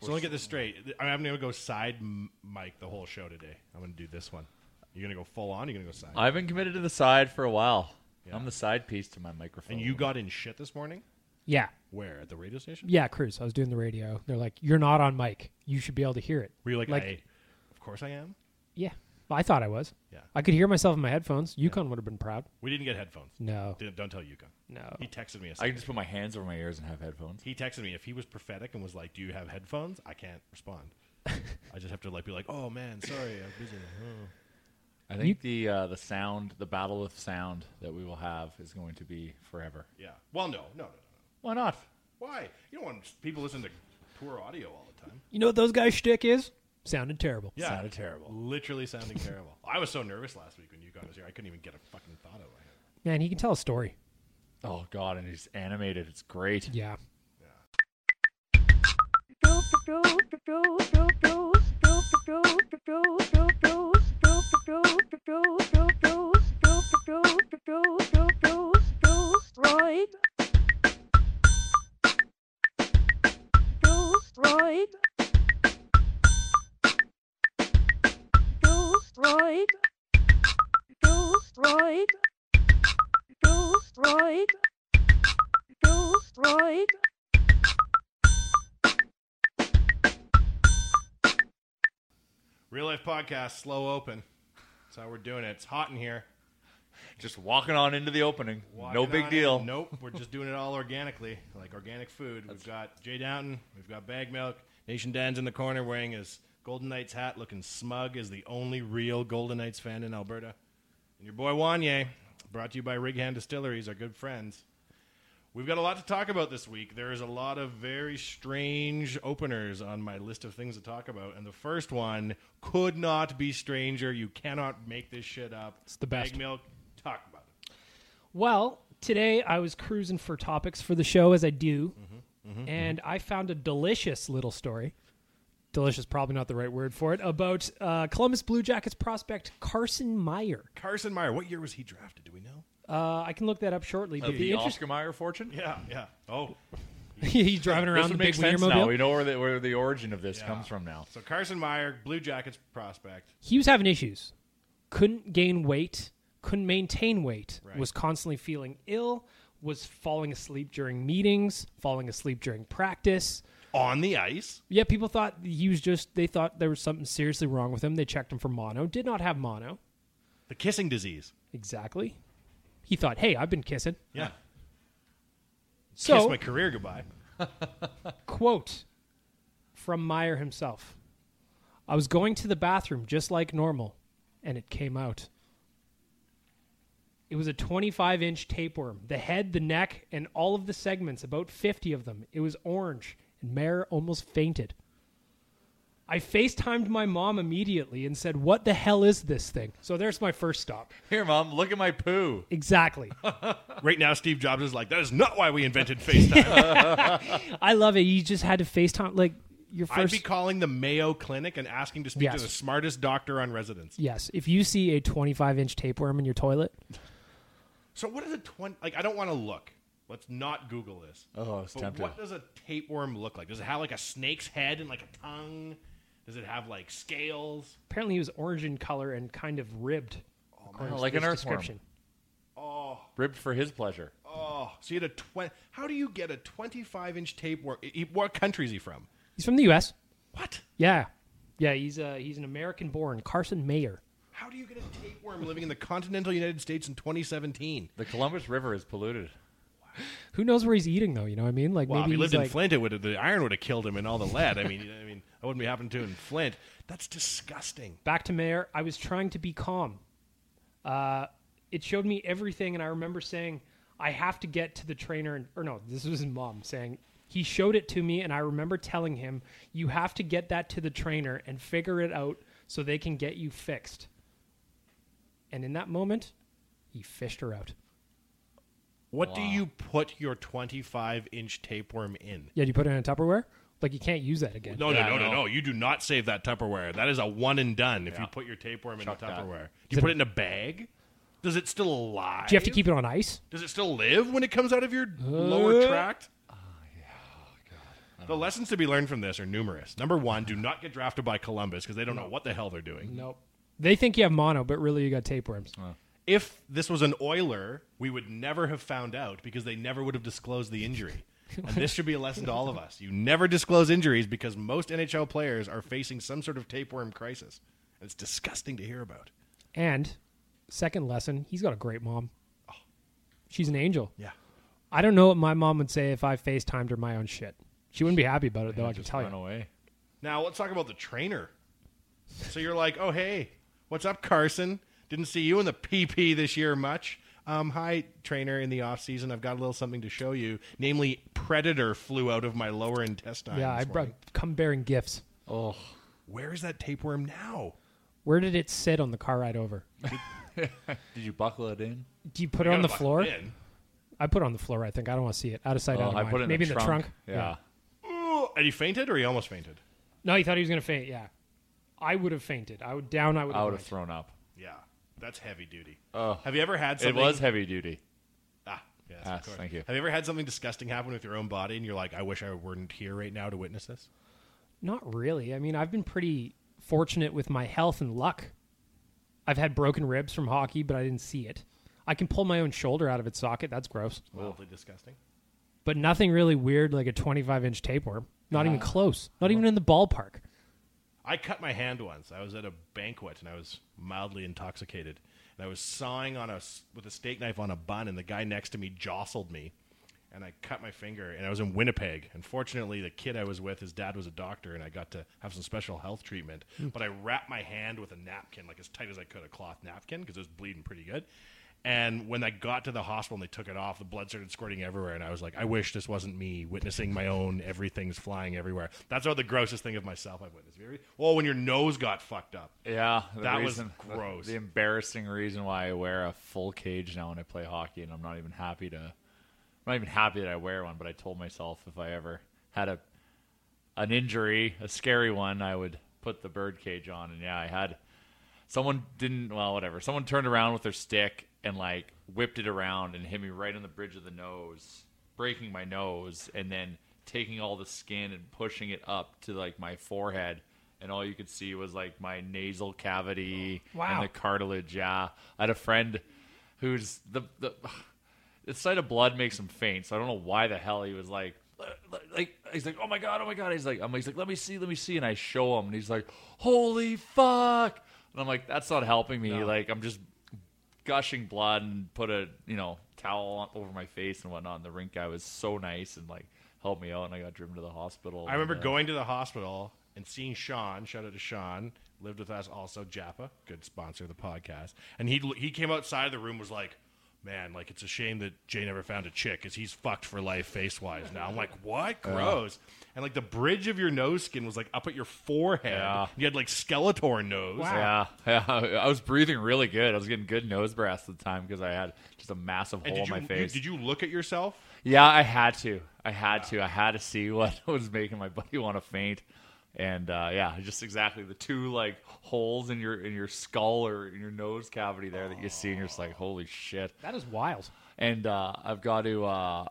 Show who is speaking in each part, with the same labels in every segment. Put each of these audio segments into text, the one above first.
Speaker 1: So let me get this straight. I mean, I'm going to go side m- mic the whole show today. I'm going to do this one. You're going to go full on. You're going to go side.
Speaker 2: I've been committed to the side for a while. I'm the side piece to my microphone.
Speaker 1: and you got in shit this morning.
Speaker 3: Yeah.
Speaker 1: Where at the radio station?
Speaker 3: Yeah, Cruz. I was doing the radio. They're like, you're not on mic. You should be able to hear it.
Speaker 1: Were you like,
Speaker 3: Like-
Speaker 1: I, of course I am.
Speaker 3: Yeah. I thought I was.
Speaker 1: Yeah.
Speaker 3: I could hear myself in my headphones. Yukon would have been proud.
Speaker 1: We didn't get headphones.
Speaker 3: No.
Speaker 1: Didn't- don't tell Yukon.
Speaker 3: No.
Speaker 1: He texted me. A
Speaker 2: I
Speaker 1: second.
Speaker 2: can just put my hands over my ears and have headphones.
Speaker 1: he texted me if he was prophetic and was like, "Do you have headphones?" I can't respond. I just have to like be like, "Oh man, sorry, I'm busy." Oh.
Speaker 2: I think the uh, the sound, the battle of sound that we will have is going to be forever.
Speaker 1: Yeah. Well, no, no, no, no.
Speaker 2: Why not?
Speaker 1: Why? You don't want people listen to poor audio all the time.
Speaker 3: You know what those guys' shtick is? Sounded terrible.
Speaker 1: Yeah.
Speaker 2: Sounded terrible.
Speaker 1: Literally sounding terrible. I was so nervous last week when Yukon was here. I couldn't even get a fucking thought out of my head.
Speaker 3: Man, he can tell a story.
Speaker 2: Oh god, and he's animated. It's great.
Speaker 3: Yeah.
Speaker 4: Right. Right. Right. Right. Right. Right.
Speaker 1: Real life podcast, slow open. That's how we're doing it. It's hot in here.
Speaker 2: Just walking on into the opening. no
Speaker 1: Walking
Speaker 2: big
Speaker 1: on
Speaker 2: deal.
Speaker 1: in. Nope, we're just doing it all organically, like organic food. We've got Jay Downton, we've got Bag Milk. Nation Dan's in the corner wearing his Golden Knights hat, looking smug as the only real Golden Knights fan in Alberta. And your boy Wanye, brought to you by Righand Distilleries, our good friends. We've got a lot to talk about this week. There is a lot of very strange openers on my list of things to talk about, and the first one could not be stranger. You cannot make this shit up. It's
Speaker 3: the best.
Speaker 1: Bag Milk, talk about it.
Speaker 3: Well, today I was cruising for topics for the show as I do,
Speaker 1: Mm-hmm.
Speaker 3: and I found a delicious little story. Delicious, probably not the right word for it, about uh, Columbus Blue Jackets prospect Carson Meyer.
Speaker 1: Carson Meyer. What year was he drafted? Do we know?
Speaker 3: Uh, I can look that up shortly. But
Speaker 2: the
Speaker 3: the interest-
Speaker 2: Oscar Mayer fortune.
Speaker 1: Yeah, yeah. Oh,
Speaker 3: he's driving
Speaker 2: This
Speaker 3: around in
Speaker 2: would
Speaker 3: the big
Speaker 2: make sense
Speaker 3: Wienermobile.
Speaker 2: now. We know where the, where the origin of this comes from now.
Speaker 1: so Carson Meyer, Blue Jackets prospect.
Speaker 3: he was having issues. Couldn't gain weight, couldn't maintain weight, was constantly feeling ill, was falling asleep during meetings, falling asleep during practice.
Speaker 1: On the ice,
Speaker 3: Yeah, people thought he was just, they thought there was something seriously wrong with him. They checked him for mono, did not have mono.
Speaker 1: the kissing disease.
Speaker 3: Exactly. He thought, hey, I've been kissing.
Speaker 1: Yeah. Kiss
Speaker 3: So,
Speaker 1: my career goodbye.
Speaker 3: quote from Meyer himself I was going to the bathroom just like normal, and it came out. It was a 25 inch tapeworm, the head, the neck, and all of the segments, about 50 of them. It was orange, and Meyer almost fainted. I FaceTimed my mom immediately and said, What the hell is this thing? So there's my first stop.
Speaker 2: Here, mom, look at my poo.
Speaker 3: Exactly.
Speaker 1: Right now, Steve Jobs is like, that is not why we invented FaceTime.
Speaker 3: I love it. You just had to FaceTime, like, your
Speaker 1: I'd
Speaker 3: first.
Speaker 1: be calling the Mayo Clinic and asking to speak
Speaker 3: Yes.
Speaker 1: to the smartest doctor on residence.
Speaker 3: yes. If you see a 25 inch tapeworm in your toilet,
Speaker 1: So, what is a 20? Like, I don't want to look. Let's not Google this.
Speaker 2: Oh, I was
Speaker 1: But
Speaker 2: tempted.
Speaker 1: what does a tapeworm look like? Does it have like a snake's head and like a tongue? Does it have like scales?
Speaker 3: apparently it was orange in color and kind of ribbed.
Speaker 1: Oh,
Speaker 3: according to
Speaker 2: like an
Speaker 3: this
Speaker 2: earthworm.
Speaker 3: description.
Speaker 2: Ribbed for his pleasure.
Speaker 1: Oh, so you had a 20. How do you get a 25 inch tapeworm? i- i- What country is he from?
Speaker 3: He's from the U.S.
Speaker 1: What?
Speaker 3: Yeah, yeah. He's uh, he's an American-born Carson Mayer.
Speaker 1: How do you get a tapeworm living in the continental United States in 2017?
Speaker 2: The Columbus River is polluted.
Speaker 3: Who knows where he's eating though? You know what I mean? Like
Speaker 1: Well, if
Speaker 3: maybe
Speaker 1: he
Speaker 3: he's
Speaker 1: lived
Speaker 3: like,
Speaker 1: in Flint, it would the iron would have killed him and all the lead. I mean, I mean, that wouldn't be happening to him in Flint. That's disgusting.
Speaker 3: back to Mayer. I was trying to be calm. Uh, it showed me everything, and I remember saying, "I have to get to the trainer." And, or no, this was his mom saying. He showed it to me, and I remember telling him, "You have to get that to the trainer and figure it out so they can get you fixed." And in that moment, he fished her out.
Speaker 1: What do you put your 25 inch tapeworm in?
Speaker 3: Yeah, do you put it in a Tupperware? Like you can't use that again.
Speaker 1: No,
Speaker 2: Yeah,
Speaker 1: no, no, no,
Speaker 2: no.
Speaker 1: no. You do not save that Tupperware. That is a one and done. If you put your tapeworm in a
Speaker 2: Chuck that.
Speaker 1: Tupperware, do you put it in a bag? Does it still alive?
Speaker 3: Do you have to keep it on ice?
Speaker 1: Does it still live when it comes out of your lower tract? The lessons to be learned from this are numerous. Number one, do not get drafted by Columbus because they don't know what the hell they're doing.
Speaker 3: Nope. They think you have mono, but really you got tapeworms.
Speaker 1: If this was an Oiler, we would never have found out because they never would have disclosed the injury. And this should be a lesson to all of us. You never disclose injuries because most NHL players are facing some sort of tapeworm crisis. And It's disgusting to hear about.
Speaker 3: And second lesson, he's got a great mom. Oh, She's an angel.
Speaker 1: Yeah.
Speaker 3: I don't know what my mom would say if I FaceTimed her my own shit. She wouldn't be happy about it, though, I can
Speaker 2: Just
Speaker 3: tell
Speaker 2: run
Speaker 3: you.
Speaker 2: away.
Speaker 1: Now let's talk about the trainer. So you're like, oh hey, what's up, Carson? Didn't see you in the PP this year much. Um, hi, trainer. In the off season, I've got a little something to show you. Namely, predator flew out of my lower intestine.
Speaker 3: Yeah,
Speaker 1: this
Speaker 3: I brought,
Speaker 1: morning.
Speaker 3: come bearing gifts.
Speaker 1: Where is that tapeworm now?
Speaker 3: Where did it sit on the car ride over?
Speaker 2: Did you buckle it in?
Speaker 3: Do you put it on the
Speaker 1: Gotta buckle
Speaker 3: floor?
Speaker 1: in.
Speaker 3: I put it on the floor, I think. I don't want to see it. Out of sight, out
Speaker 2: Oh,
Speaker 3: of
Speaker 2: I
Speaker 3: mind.
Speaker 2: put it in
Speaker 3: Maybe
Speaker 2: the
Speaker 3: in the trunk.
Speaker 2: Yeah.
Speaker 1: Ooh, And he fainted, or he almost fainted.
Speaker 3: No, he thought he was going to faint, yeah. I would have fainted. I would down, I would
Speaker 2: I would
Speaker 3: have
Speaker 2: have thrown up.
Speaker 1: Yeah, that's heavy duty. have you ever had
Speaker 2: Oh. It
Speaker 1: something?
Speaker 2: was heavy duty.
Speaker 1: Ah, yes, of
Speaker 2: Yes,
Speaker 1: course.
Speaker 2: thank you.
Speaker 1: Have you ever had something disgusting happen with your own body, and you're like, I wish I weren't here right now to witness this?
Speaker 3: Not really. I mean, I've been pretty fortunate with my health and luck. I've had broken ribs from hockey, but I didn't see it. I can pull my own shoulder out of its socket. That's gross.
Speaker 1: Wildly disgusting.
Speaker 3: But nothing really weird like a 25 inch tapeworm. Not even close. Not even in the ballpark.
Speaker 1: I cut my hand once. I was at a banquet and I was mildly intoxicated, and I was sawing on a s- with a steak knife on a bun, and the guy next to me jostled me, and I cut my finger. And I was in Winnipeg, and fortunately, the kid I was with, his dad was a doctor, and I got to have some special health treatment. But I wrapped my hand with a napkin, like as tight as I could, a cloth napkin, because it was bleeding pretty good. And when I got to the hospital and they took it off, the blood started squirting everywhere. And I was like, I wish this wasn't me witnessing my own everything's flying everywhere. That's about the grossest thing of myself I've witnessed. Have you ever- Well, when your nose got fucked up.
Speaker 2: Yeah,
Speaker 1: That was
Speaker 2: reason-
Speaker 1: gross.
Speaker 2: The, embarrassing reason why I wear a full cage now when I play hockey, and I'm not even happy to. I'm not even happy that I wear one, but I told myself if I ever had a an injury, a scary one, I would put the bird cage on. And yeah, I had someone didn't. Well, whatever. Someone turned around with their stick and like whipped it around and hit me right on the bridge of the nose, breaking my nose, and then taking all the skin and pushing it up to like my forehead. And all you could see was like my nasal cavity
Speaker 3: Wow.
Speaker 2: and the cartilage. Yeah, I had a friend who's the the the sight of blood makes him faint. So I don't know why the hell he was like, like he's like, oh my god, oh my god. He's like, I'm he's like, let me see, let me see, and I show him, and he's like, holy fuck, and I'm like, that's not helping me. Like I'm just gushing blood and put a you know towel on, over my face and whatnot. And the rink guy was so nice and like helped me out, and I got driven to the hospital.
Speaker 1: I remember
Speaker 2: and, uh,
Speaker 1: going to the hospital and seeing Sean. Shout out to Sean. Lived with us also, Japa, good sponsor of the podcast. And he he came outside of the room was like, man, like it's a shame that Jay never found a chick because he's fucked for life face wise now. I'm like, what? Gross. and like the bridge of your nose skin was like up at your forehead. You had like Skeletor nose.
Speaker 2: Yeah, yeah. I was breathing really good. I was getting good nose breaths at the time because I had just a massive
Speaker 1: And
Speaker 2: hole
Speaker 1: did
Speaker 2: in
Speaker 1: you,
Speaker 2: my
Speaker 1: you-
Speaker 2: face.
Speaker 1: did you look at yourself?
Speaker 2: Yeah, I had to. I had to. I had to see what was making my buddy want to faint. And uh, yeah, just exactly the two like holes in your in your skull or in your nose cavity there that you see, and you're just like, holy shit.
Speaker 3: That is wild.
Speaker 2: And uh, I've got to uh,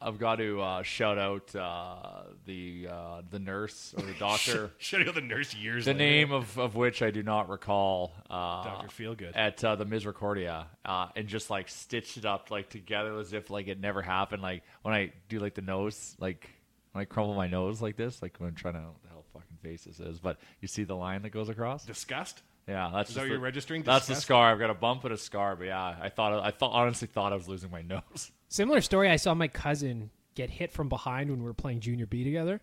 Speaker 2: I've got to uh, shout out uh, the uh, the nurse or the doctor.
Speaker 1: Should have the nurse years.
Speaker 2: The
Speaker 1: later.
Speaker 2: name of, of which I do not recall. Uh,
Speaker 1: Dr. Feelgood.
Speaker 2: at uh, the Misericordia, uh, and just like stitched it up like together as if like it never happened. Like when I do like the nose, like when I crumple my nose like this, like when I'm trying to I don't know what the hell fucking face this is, but you see the line that goes across.
Speaker 1: disgust.
Speaker 2: Yeah, that's
Speaker 1: Is
Speaker 2: just
Speaker 1: that what
Speaker 2: the-
Speaker 1: you're registering?
Speaker 2: That's the
Speaker 1: Disgust?
Speaker 2: scar. I've got a bump and a scar, but yeah, I thought I thought honestly thought I was losing my nose.
Speaker 3: Similar story. I saw my cousin get hit from behind when we were playing junior B together,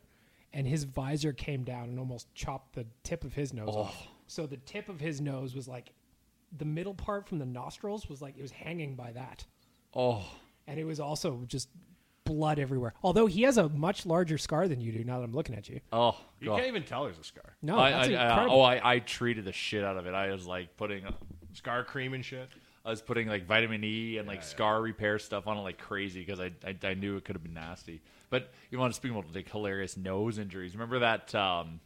Speaker 3: and his visor came down and almost chopped the tip of his nose off. So the tip of his nose was like the middle part from the nostrils was like it was hanging by that.
Speaker 2: Oh,
Speaker 3: and it was also just blood everywhere. Although he has a much larger scar than you do. Now that I'm looking at you,
Speaker 2: oh,
Speaker 1: You
Speaker 2: God.
Speaker 1: can't even tell there's a scar.
Speaker 3: no,
Speaker 2: I,
Speaker 3: that's
Speaker 2: I- I-
Speaker 3: incredible.
Speaker 2: oh, I, I treated the shit out of it. I was like putting
Speaker 1: Scar cream and shit.
Speaker 2: I was putting like vitamin E and like scar repair stuff on it like crazy because I, I I knew it could have been nasty. But you want to speak about like hilarious nose injuries? Remember that? Um,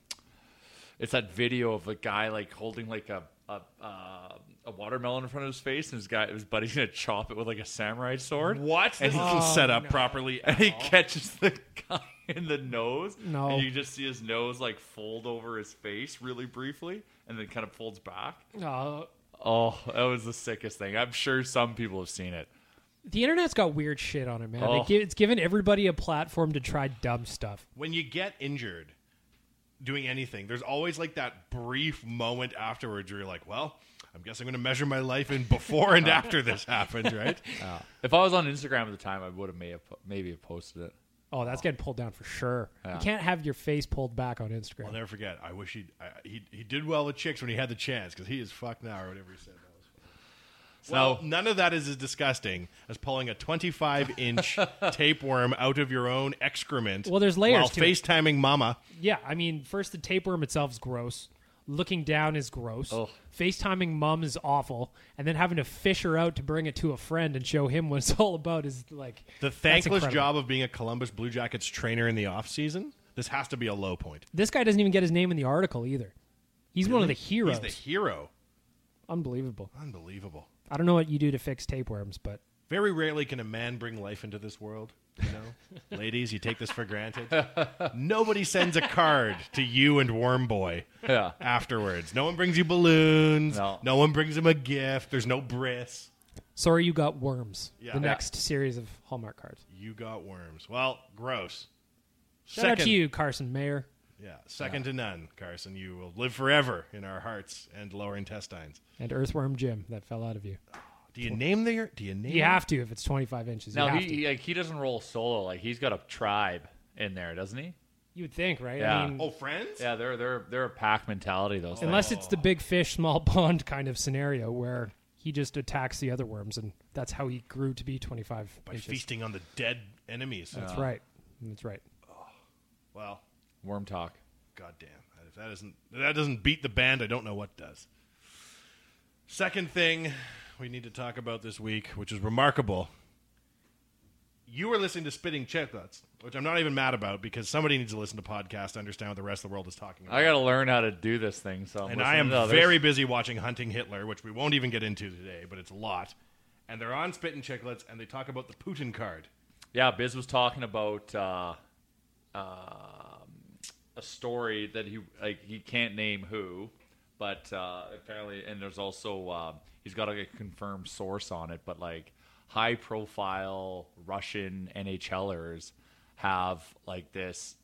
Speaker 2: it's that video of a guy like holding like a a, uh, a watermelon in front of his face, and his guy his buddy's gonna chop it with like a samurai sword.
Speaker 1: What?
Speaker 2: And
Speaker 1: This
Speaker 2: he,
Speaker 1: isn't set up properly.
Speaker 2: and he catches the guy in the nose.
Speaker 3: No.
Speaker 2: and you just see his nose like fold over his face really briefly, and then kind of folds back.
Speaker 3: Uh,
Speaker 2: Oh, that was the sickest thing. I'm sure some people have seen it.
Speaker 3: the internet's got weird shit on it, man.
Speaker 2: Oh.
Speaker 3: It gi- it's given everybody a platform to try dumb stuff.
Speaker 1: when you get injured doing anything, there's always like that brief moment afterwards where you're like, well, I'm guessing I'm going to measure my life in before and after this happened, right?
Speaker 2: If I was on Instagram at the time, I would have may have, po- maybe have posted it.
Speaker 3: Oh, that's getting pulled down for sure. You can't have your face pulled back on Instagram.
Speaker 1: I'll never forget. I wish he'd, I, he he did well with chicks when he had the chance because he is fucked now or whatever he said. That was funny. Well, none of that is as disgusting as pulling a 25 inch tapeworm out of your own excrement.
Speaker 3: Well, there's layers
Speaker 1: While
Speaker 3: to it.
Speaker 1: FaceTiming mama.
Speaker 3: yeah, I mean, first the tapeworm itself is gross. Looking down is gross. FaceTiming mom is awful, and then having to fish her out to bring it to a friend and show him what it's all about is like
Speaker 1: The
Speaker 3: that's
Speaker 1: thankless
Speaker 3: incredible.
Speaker 1: job of being a Columbus Blue Jackets trainer in the off season. This has to be a low point.
Speaker 3: This guy doesn't even get his name in the article either. He's one of the heroes.
Speaker 1: He's the hero.
Speaker 3: Unbelievable.
Speaker 1: Unbelievable.
Speaker 3: I don't know what you do to fix tapeworms, but
Speaker 1: Very rarely can a man bring life into this world. You know, ladies, you take this for granted. Nobody sends a card to you and Worm Boy
Speaker 2: Yeah.
Speaker 1: afterwards. No one brings you balloons.
Speaker 2: No.
Speaker 1: one brings him a gift. There's no bris.
Speaker 3: sorry you got worms.
Speaker 1: Yeah.
Speaker 3: the
Speaker 1: Yeah.
Speaker 3: next series of Hallmark cards.
Speaker 1: You got worms. Well, gross.
Speaker 3: Shout out to you, Carson Mayer.
Speaker 1: Yeah, second to none, Carson. You will live forever in our hearts and lower intestines.
Speaker 3: And Earthworm Jim that fell out of you.
Speaker 1: Do you name their? Do you name?
Speaker 3: You have to if it's 25 inches.
Speaker 2: Now
Speaker 3: you have
Speaker 2: he,
Speaker 3: to.
Speaker 2: he- like he doesn't roll solo. Like he's got a tribe in there, doesn't he?
Speaker 3: You would think, right? I
Speaker 2: Yeah.
Speaker 3: mean,
Speaker 1: Oh, friends.
Speaker 2: Yeah, they're they're they're a pack mentality. Those things.
Speaker 3: unless it's the big fish, small pond kind of scenario where he just attacks the other worms, and that's how he grew to be 25
Speaker 1: By
Speaker 3: inches.
Speaker 1: feasting on the dead enemies.
Speaker 3: That's right. That's right.
Speaker 1: Well,
Speaker 2: worm talk.
Speaker 1: God damn. If that isn't if that doesn't beat the band, I don't know what does. Second thing we need to talk about this week, which is remarkable. You were listening to Spitting Chicklets, which I'm not even mad about because somebody needs to listen to podcasts to understand what the rest of the world is talking about.
Speaker 2: I got to learn how to do this thing. So I'm
Speaker 1: and
Speaker 2: listening
Speaker 1: I am
Speaker 2: to others.
Speaker 1: very busy watching Hunting Hitler, which we won't even get into today, but it's a lot. And they're on Spitting Chicklets, and they talk about the Putin card.
Speaker 2: Yeah, Biz was talking about uh, um a story that he like he can't name who, but uh, apparently, and there's also um he's got like, a confirmed source on it, but like high profile Russian NHLers have like this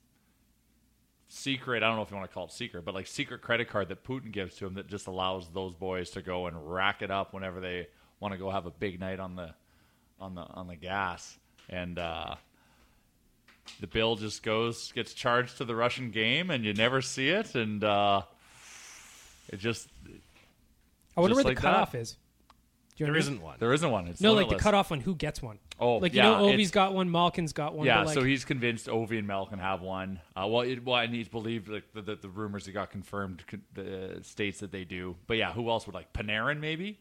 Speaker 2: secret. I don't know if you want to call it secret, but like secret credit card that Putin gives to him that just allows those boys to go and rack it up whenever they want to go have a big night on the on the on the gas. And uh, the bill just goes gets charged to the Russian game, and you never see it. And uh, it just
Speaker 3: I wonder
Speaker 2: Just
Speaker 3: where
Speaker 2: like
Speaker 3: the
Speaker 2: that.
Speaker 3: cutoff is.
Speaker 1: There
Speaker 3: Do Do you know what I mean?
Speaker 1: isn't one.
Speaker 2: There isn't one. It's
Speaker 3: No, like the
Speaker 2: limitless.
Speaker 3: cutoff on who gets one.
Speaker 2: Oh,
Speaker 3: like
Speaker 2: yeah,
Speaker 3: you know, Ovi's
Speaker 2: it's-
Speaker 3: got one, Malkin's got one.
Speaker 2: Yeah,
Speaker 3: but like,
Speaker 2: so he's convinced Ovi and Mel can have one. Uh, well, it, well, and he's believed like the, the, the rumors that got confirmed con- the states that they do. But yeah, who else would like Panarin? Maybe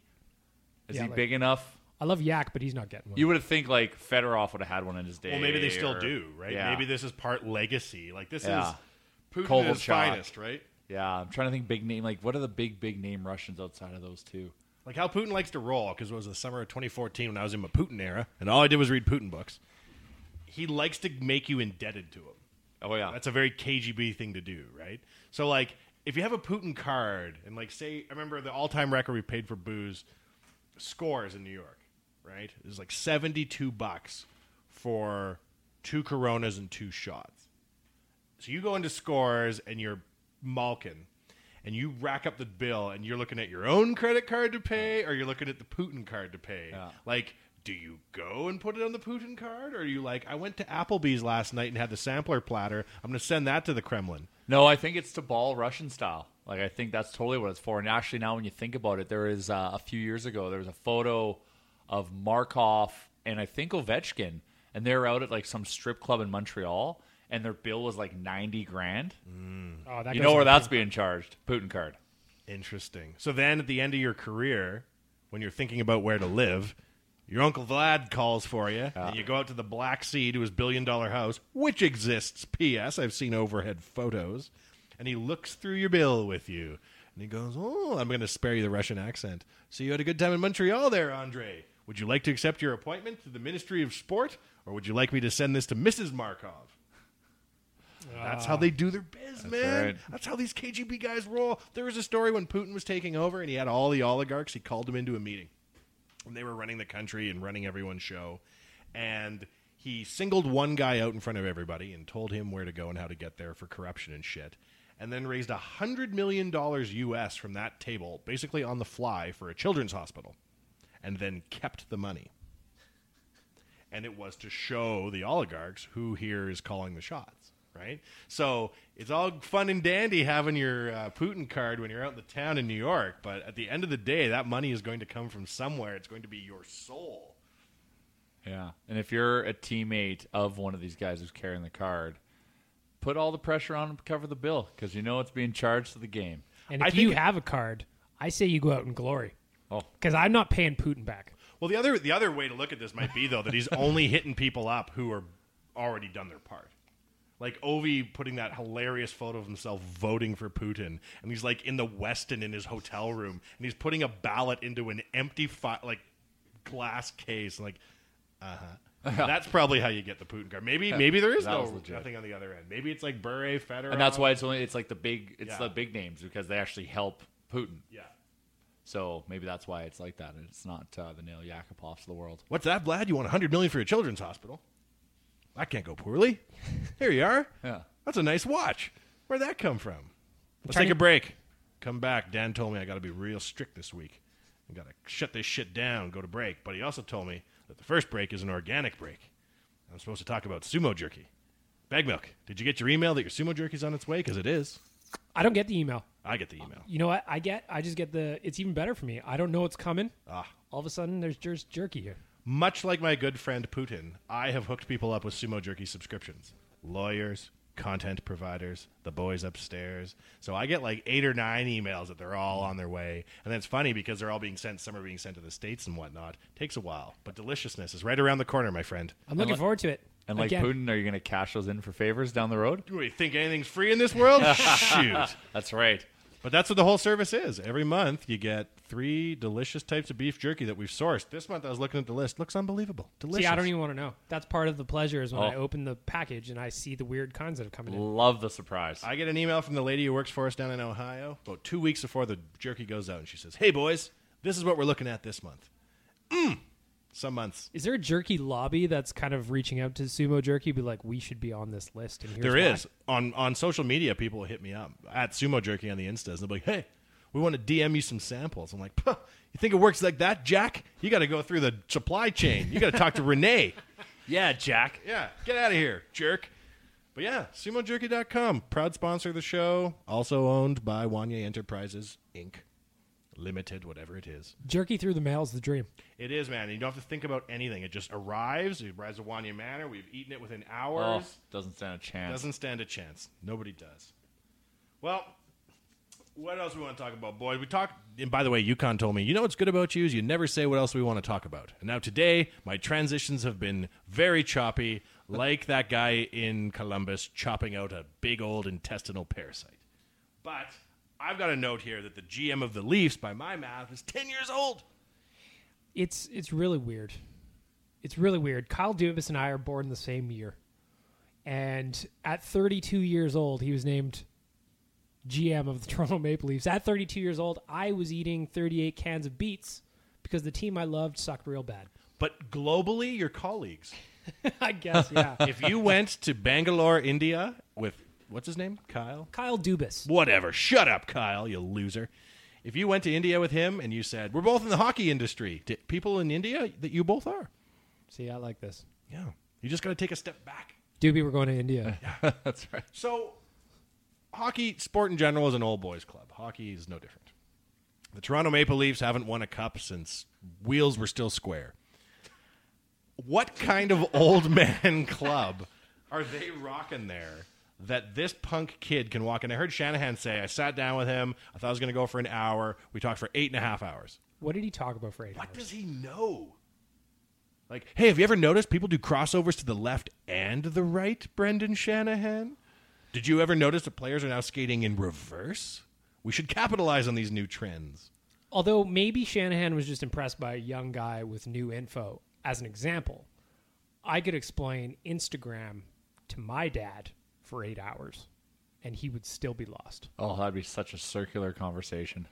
Speaker 2: is
Speaker 3: Yeah,
Speaker 2: he
Speaker 3: like-
Speaker 2: big enough?
Speaker 3: I love Yak, but he's not getting one.
Speaker 2: You would think like Fedorov would have had one in his day.
Speaker 1: Well, maybe they still
Speaker 2: or-
Speaker 1: do, right?
Speaker 2: Yeah.
Speaker 1: Maybe this is part legacy. Like this
Speaker 2: Yeah.
Speaker 1: is Putin
Speaker 2: Kovalchuk.
Speaker 1: at his finest, right?
Speaker 2: Yeah, I'm trying to think big name. Like, what are the big big name Russians outside of those two?
Speaker 1: Like how Putin likes to roll, because it was the summer of 2014 when I was in my Putin era, and all I did was read Putin books. He likes to make you indebted to him.
Speaker 2: Oh yeah,
Speaker 1: That's a very KGB thing to do, right? So like, if you have a Putin card, and like, say, I remember the all-time record we paid for booze scores in New York, right? It was like 72 bucks for two Coronas and two shots. So you go into Scores and you're Malkin, and you rack up the bill, and you're looking at your own credit card to pay, or you're looking at the Putin card to pay. Like, do you go and put it on the Putin card, or are you like, I went to Applebee's last night and had the sampler platter. I'm going to send that to the Kremlin.
Speaker 2: No, I think it's to ball Russian style. Like I think that's totally what it's for. And actually, now when you think about it, there is uh, a few years ago there was a photo of Markov and I think Ovechkin, and they're out at like some strip club in Montreal, and their bill was like ninety grand.
Speaker 3: oh, that
Speaker 2: You
Speaker 3: goes
Speaker 2: know where
Speaker 3: on.
Speaker 2: that's being charged? Putin card.
Speaker 1: Interesting. So then at the end of your career, when you're thinking about where to live, your Uncle Vlad calls for you, and you go out to the Black Sea to his billion dollar house, which exists, P.S. I've seen overhead photos, and he looks through your bill with you. And he goes, Oh, I'm going to spare you the Russian accent. So you had a good time in Montreal there, Andre. Would you like to accept your appointment to the Ministry of Sport, or would you like me to send this to Mrs. Markov? That's how they do their biz, man.
Speaker 2: right.
Speaker 1: That's how these KGB guys roll. There was a story when Putin was taking over and he had all the oligarchs. He called them into a meeting. And they were running the country and running everyone's show. And he singled one guy out in front of everybody and told him where to go and how to get there for corruption and shit. And then raised a $100 million US from that table, basically on the fly, for a children's hospital. And then kept the money. And it was to show the oligarchs who here is calling the shots, right? So it's all fun and dandy having your uh, Putin card when you're out in the town in New York, but at the end of the day, that money is going to come from somewhere. It's going to be your soul.
Speaker 2: Yeah, and if you're a teammate of one of these guys who's carrying the card, put all the pressure on him to cover the bill because you know it's being charged to the game.
Speaker 3: And
Speaker 1: I
Speaker 3: if you
Speaker 1: think-
Speaker 3: have a card, I say you go out in glory.
Speaker 2: Oh.
Speaker 3: because I'm not paying Putin back.
Speaker 1: Well, the other the other way to look at this might be though that he's only hitting people up who are already done their part. Like Ovi putting that hilarious photo of himself voting for Putin, and he's like in the Westin in his hotel room, and he's putting a ballot into an empty fi- like glass case, like. Uh huh. That's probably how you get the Putin card. Maybe, maybe there is
Speaker 2: That was
Speaker 1: no
Speaker 2: legit.
Speaker 1: nothing on the other end. Maybe it's like Bure, Federer,
Speaker 2: And that's why it's only it's like the big it's
Speaker 1: Yeah.
Speaker 2: the big names because they actually help Putin.
Speaker 1: Yeah.
Speaker 2: So maybe that's why it's like that. It's not uh, the Neil Yakupovs of the world.
Speaker 1: What's that, Vlad? You want a hundred million for your children's hospital? That can't go poorly. Here you are.
Speaker 2: Yeah.
Speaker 1: That's a nice watch. Where'd that come from? Let's
Speaker 3: trying
Speaker 1: take
Speaker 3: to-
Speaker 1: a break. Come back. Dan told me I got to be real strict this week. I got to shut this shit down, go to break. But he also told me that the first break is an organic break. I'm supposed to talk about sumo jerky. Bag milk. Did you get your email that your sumo jerky's on its way? Because it is.
Speaker 3: I don't get the email.
Speaker 1: I get the email.
Speaker 3: You know what? I get. I just get the. It's even better for me. I don't know what's coming.
Speaker 1: Ah.
Speaker 3: All of a sudden, there's just jerky here.
Speaker 1: Much like my good friend Putin, I have hooked people up with Sumo Jerky subscriptions. Lawyers, content providers, the boys upstairs. So I get like eight or nine emails that they're all on their way. And that's funny because they're all being sent, some are being sent to the States and whatnot. Takes a while, but deliciousness is right around the corner, my friend.
Speaker 3: I'm looking forward to it.
Speaker 2: And like
Speaker 3: Again,
Speaker 2: Putin, are you going to cash those in for favors down the road?
Speaker 1: Do you think anything's free in this world? Shoot.
Speaker 2: That's right.
Speaker 1: But that's what the whole service is. Every month, you get three delicious types of beef jerky that we've sourced. This month, I was looking at the list. Looks unbelievable. Delicious.
Speaker 3: See, I don't even want to know. That's part of the pleasure is when I
Speaker 2: Oh.
Speaker 3: open the package and I see the weird kinds that are coming in.
Speaker 2: Love the surprise.
Speaker 1: I get an email from the lady who works for us down in Ohio about two weeks before the jerky goes out, and she says, "Hey boys, this is what we're looking at this month." Mm. Some months
Speaker 3: Is there a jerky lobby that's kind of reaching out to sumo jerky? Be like, we should be on this list. And here's
Speaker 1: there
Speaker 3: why.
Speaker 1: is on on social media. People hit me up at Sumo Jerky on the Instas, and they're like, "Hey, we want to DM you some samples." I'm like, "Puh, "You think it works like that, Jack? You got to go through the supply chain. You got to talk to Renee."
Speaker 2: yeah, Jack.
Speaker 1: Yeah, get out of here, jerk. But yeah, sumojerky.com, proud sponsor of the show, also owned by Wanye Enterprises Inc. limited, whatever it is.
Speaker 3: Jerky through the mail is the dream.
Speaker 1: It is, man. You don't have to think about anything. It just arrives. It arrives at Wanya Manor. We've eaten it within hours.
Speaker 2: Oh, doesn't stand a chance.
Speaker 1: Doesn't stand a chance. Nobody does. Well, what else we want to talk about, boys? We talked. And by the way, UConn told me, you know what's good about you is you never say what else we want to talk about. And now today, my transitions have been very choppy, like that guy in Columbus chopping out a big old intestinal parasite. But I've got a note here that the GM of the Leafs, by my math, is ten years old.
Speaker 3: It's it's really weird. It's really weird. Kyle Dubas and I are born the same year. And at 32 years old, he was named GM of the Toronto Maple Leafs. At 32 years old, I was eating 38 cans of beets because the team I loved sucked real bad.
Speaker 1: But globally, your colleagues.
Speaker 3: I guess, yeah.
Speaker 1: If you went to Bangalore, India, with what's his name, Kyle.
Speaker 3: Kyle Dubas.
Speaker 1: Whatever. Shut up, Kyle, you loser. If you went to India with him and you said, We're both in the hockey industry, to people in India that you both are.
Speaker 3: See, I like this.
Speaker 1: Yeah. You just got to take a step back.
Speaker 3: Doobie, we're going to India.
Speaker 2: That's right.
Speaker 1: So, hockey, sport in general, is an old boys club. Hockey is no different. The Toronto Maple Leafs haven't won a cup since wheels were still square. What kind of old man club are they rocking there that this punk kid can walk in? I heard Shanahan say, I sat down with him. I thought I was going to go for an hour. We talked for eight and a half hours.
Speaker 3: What did he talk about for eight
Speaker 1: What
Speaker 3: hours?
Speaker 1: does he know? Like, hey, have you ever noticed people do crossovers to the left and the right, Brendan Shanahan? Did you ever notice that players are now skating in reverse? We should capitalize on these new trends.
Speaker 3: Although maybe Shanahan was just impressed by a young guy with new info. As an example, I could explain Instagram to my dad for eight hours, and he would still be lost.
Speaker 2: Oh, that'd be such a circular conversation.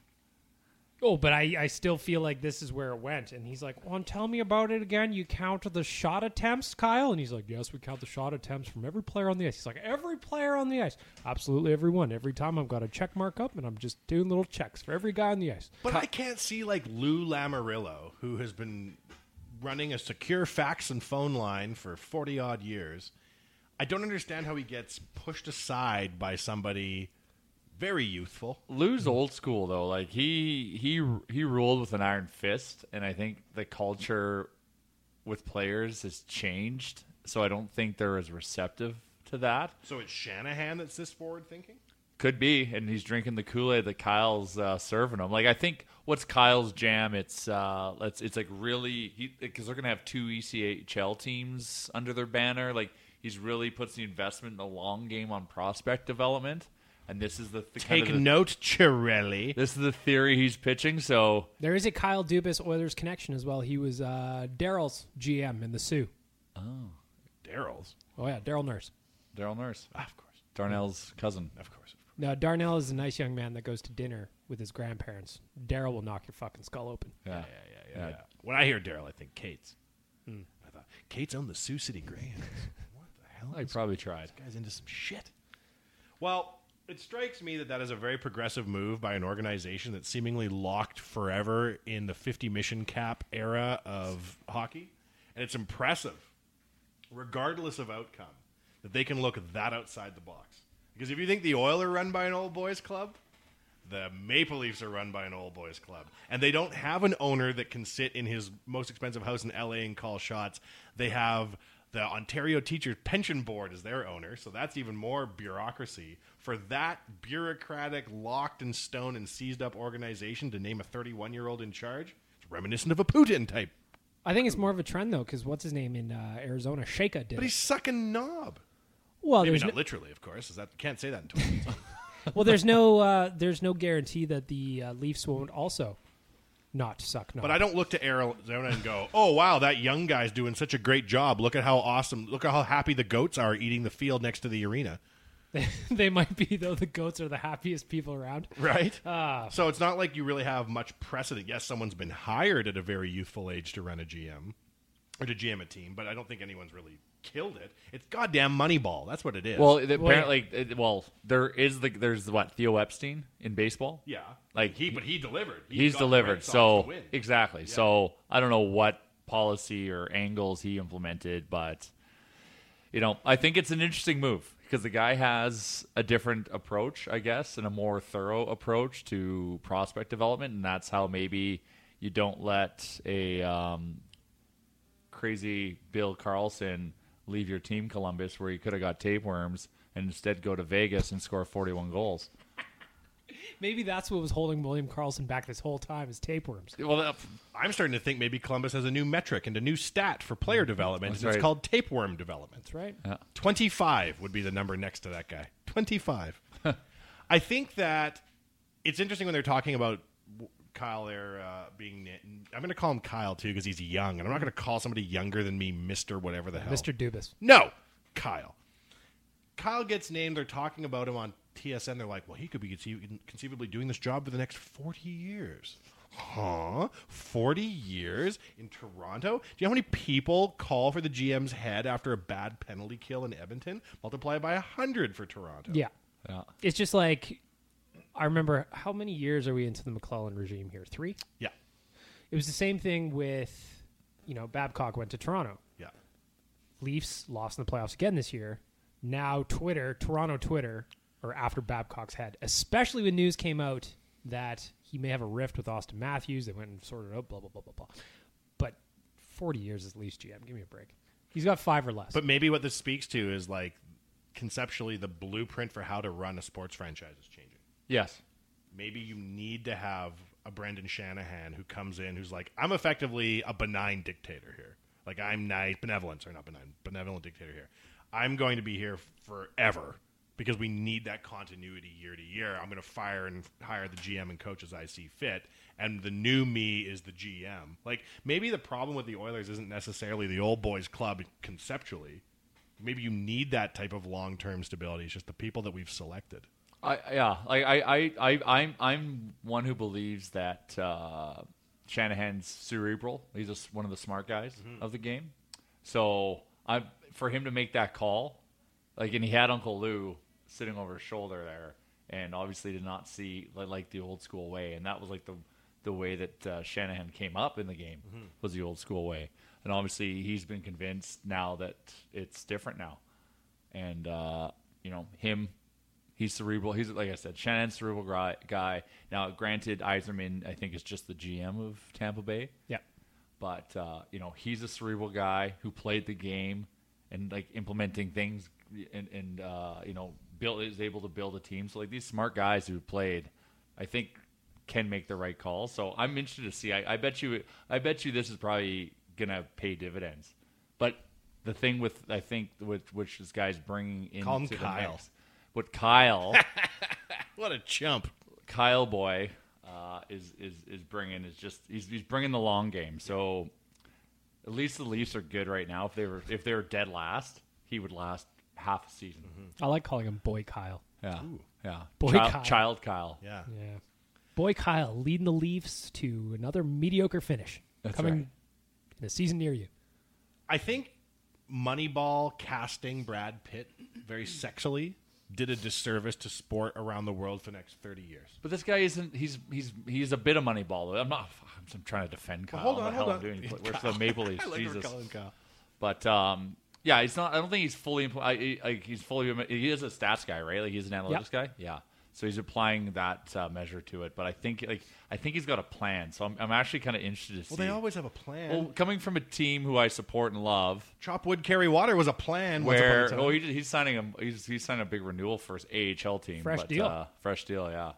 Speaker 3: Oh, but I, I still feel like this is where it went. And he's like, Well, tell me about it again. You count the shot attempts, Kyle? And he's like, Yes, we count the shot attempts from every player on the ice. He's like, Every player on the ice. Absolutely every one. Every time I've got a check mark up, and I'm just doing little checks for every guy on the ice.
Speaker 1: But I can't see like Lou Lamarillo, who has been running a secure fax and phone line for 40 odd years. I don't understand how he gets pushed aside by somebody very youthful.
Speaker 2: Lou's old school though. Like he he he ruled with an iron fist, and I think the culture with players has changed. So I don't think they're as receptive to that.
Speaker 1: So it's Shanahan that's this forward thinking?
Speaker 2: Could be, and he's drinking the Kool Aid that Kyle's uh, serving him. Like I think what's Kyle's jam? It's uh, let's it's like really because they're gonna have two E ECHL teams under their banner. Like he's really puts the investment in the long game on prospect development, and this is the, the kind
Speaker 1: Take
Speaker 2: of the-
Speaker 1: note, Chirelli.
Speaker 2: This is the theory he's pitching. So
Speaker 3: There is a Kyle Dubas Oilers connection as well. He was uh, Daryl's GM in the Sioux.
Speaker 1: Daryl's.
Speaker 3: Oh, yeah, Daryl Nurse.
Speaker 2: Daryl Nurse,
Speaker 1: Of course.
Speaker 2: Darnell's cousin.
Speaker 1: Of course.
Speaker 3: Now, Darnell is a nice young man that goes to dinner with his grandparents. Daryl will knock your fucking skull open.
Speaker 2: Yeah.
Speaker 1: Yeah, yeah. When I hear Daryl, I think Kate's. I thought, Kate's owned the Sioux City Grey. what the hell?
Speaker 2: I probably tried.
Speaker 1: This guy's into some shit. Well, it strikes me that that is a very progressive move by an organization that's seemingly locked forever in the 50 mission cap era of hockey. And it's impressive, regardless of outcome, that they can look that outside the box. Because if you think the Oil are run by an old boys club, the Maple Leafs are run by an old boys club. And they don't have an owner that can sit in his most expensive house in LA and call shots. They have the Ontario Teachers Pension Board as their owner, so that's even more bureaucracy. For that bureaucratic, locked in stone and seized up organization to name a 31 year old in charge, it's reminiscent of a Putin type.
Speaker 3: I think it's more of a trend though, because what's his name in uh, Arizona, Shaka did.
Speaker 1: But
Speaker 3: it.
Speaker 1: he's sucking knob.
Speaker 3: well,
Speaker 1: Maybe
Speaker 3: Oh, there's
Speaker 1: not
Speaker 3: no,
Speaker 1: literally, of course. Is that can't say that in 2018.
Speaker 3: well, there's no, uh, there's no guarantee that the uh, Leafs won't also not suck. No,
Speaker 1: But I don't look to Arizona and go, "Oh wow, that young guy's doing such a great job. Look at how awesome! Look at how happy the goats are eating the field next to the arena."
Speaker 3: they might be though. The goats are the happiest people around.
Speaker 1: Right.
Speaker 3: Ah.
Speaker 1: so it's not like you really have much precedent. Yes, someone's been hired at a very youthful age to run a GM or to GM a team, but I don't think anyone's really killed it. It's goddamn Moneyball. That's what it is.
Speaker 2: Well, it- apparently, it- well, there is the there's what Theo Epstein in baseball.
Speaker 1: yeah,
Speaker 2: like
Speaker 1: he, but he delivered. He
Speaker 2: he's
Speaker 1: got the
Speaker 2: delivered.
Speaker 1: Red Sox to
Speaker 2: So
Speaker 1: win.
Speaker 2: exactly. So I don't know what policy or angles he implemented, but you know, I think it's an interesting move because the guy has a different approach, I guess, and a more thorough approach to prospect development, and that's how maybe you don't let a um, crazy Bill Carlson leave your team Columbus, where he could have got tapeworms, and instead go to Vegas and score 41 goals.
Speaker 3: Maybe that's what was holding William Carlson back this whole time is tapeworms.
Speaker 2: Well, that,
Speaker 1: I'm starting to think maybe Columbus has a new metric and a new stat for player development.
Speaker 2: Mm, That's
Speaker 1: and
Speaker 2: right.
Speaker 1: It's called tapeworm development.
Speaker 3: That's right.
Speaker 1: 25 would be the number next to that guy. 25. I think that it's interesting when they're talking about w- Kyle there uh, being. na- I'm going to call him Kyle too because he's young, and I'm not going to call somebody younger than me Mister whatever the hell.
Speaker 3: Mr. Dubas.
Speaker 1: No, Kyle. Kyle gets named. They're talking about him on TSN. They're like, well, he could be conceiv- conceivably doing this job for the next 40 years. Huh? 40 years in Toronto? Do you know how many people call for the GM's head after a bad penalty kill in Edmonton? Multiply by 100 for Toronto.
Speaker 3: Yeah. It's just like I remember how many years are we into the McClellan regime here? Three?
Speaker 1: Yeah.
Speaker 3: It was the same thing with you know, Babcock went to Toronto.
Speaker 1: Yeah.
Speaker 3: Leafs lost in the playoffs again this year. Now Twitter, Toronto Twitter, or after Babcock's head, especially when news came out that he may have a rift with Austin Matthews. They went and sorted it out, blah blah blah blah blah. But forty years is least GM. Give me a break. He's got five or less.
Speaker 1: But maybe what this speaks to is like conceptually the blueprint for how to run a sports franchise is changing.
Speaker 2: yes,
Speaker 1: maybe you need to have a Brendan Shanahan who comes in who's like, I'm effectively a benign dictator here. Like I'm nice, benevolent, sorry, not benign, benevolent dictator here. I'm going to be here forever because we need that continuity year to year. I'm going to fire and hire the GM and coach as I see fit, and the new me is the GM. Like maybe the problem with the Oilers isn't necessarily the old boys club conceptually. Maybe you need that type of long-term stability. It's just the people that we've selected.
Speaker 2: I yeah, like I I I I'm I'm one who believes that uh, Shanahan's cerebral. He's just one of the smart guys of the game. So I for him to make that call, like and he had Uncle Lou sitting over his shoulder there, and obviously did not see like, like the old school way, and that was like the the way that uh, Shanahan came up in the game was the old school way, and obviously he's been convinced now that it's different now and uh, you know him. He's cerebral. He's like I said, Shannon's cerebral gri- guy. Now, granted, Eiserman I think is just the GM of Tampa Bay,
Speaker 3: yeah.
Speaker 2: but uh, you know he's a cerebral guy who played the game and like implementing things and and uh, you know built is able to build a team. So like these smart guys who played, I think can make the right calls. So I'm interested to see. I, I bet you. I bet you this is probably gonna pay dividends. But the thing with I think with which this guy's bringing in
Speaker 1: Call him
Speaker 2: to the
Speaker 1: Kyle.
Speaker 2: mix- what Kyle.
Speaker 1: What a chump!
Speaker 2: Kyle Boy uh, is is is bringing is just he's he's bringing the long game. So at least the Leafs are good right now. If they were if they were dead last, he would last half a season.
Speaker 1: Mm-hmm.
Speaker 3: I like calling him Boy Kyle.
Speaker 2: Yeah, yeah.
Speaker 3: Boy
Speaker 2: child,
Speaker 3: Kyle.
Speaker 2: child Kyle.
Speaker 1: Yeah.
Speaker 3: Yeah. Boy Kyle leading the Leafs to another mediocre finish.
Speaker 2: That's
Speaker 3: coming
Speaker 2: right.
Speaker 3: in a season near you.
Speaker 1: I think Moneyball casting Brad Pitt very sexily did a disservice to sport around the world for the next 30 years.
Speaker 2: But this guy isn't. He's he's he's a bit of money ball. I'm not. I'm, I'm trying to defend Kyle.
Speaker 1: hold
Speaker 2: What
Speaker 1: on,
Speaker 2: the
Speaker 1: hold
Speaker 2: hell
Speaker 1: on.
Speaker 2: I'm doing? Where's the Maple Leafs?
Speaker 1: I like
Speaker 2: Jesus.
Speaker 1: Colin Kyle.
Speaker 2: But um, yeah, he's not. I don't think he's fully. Impl- I, I, like he's fully. He is a stats guy, right? Like he's an analytics guy. Yeah. So he's applying that uh, measure to it. But I think like I think he's got a plan. So I'm, I'm actually kind of interested to see. Oh.
Speaker 1: Well, they always have a plan.
Speaker 2: Well, coming from a team who I support and love,
Speaker 1: Chop wood, carry water was a plan. once upon a
Speaker 2: where
Speaker 1: time.
Speaker 2: oh he, he's signing a he's he's signing a big renewal for his AHL team.
Speaker 3: Fresh
Speaker 2: but,
Speaker 3: deal.
Speaker 2: Uh, fresh deal. Yeah.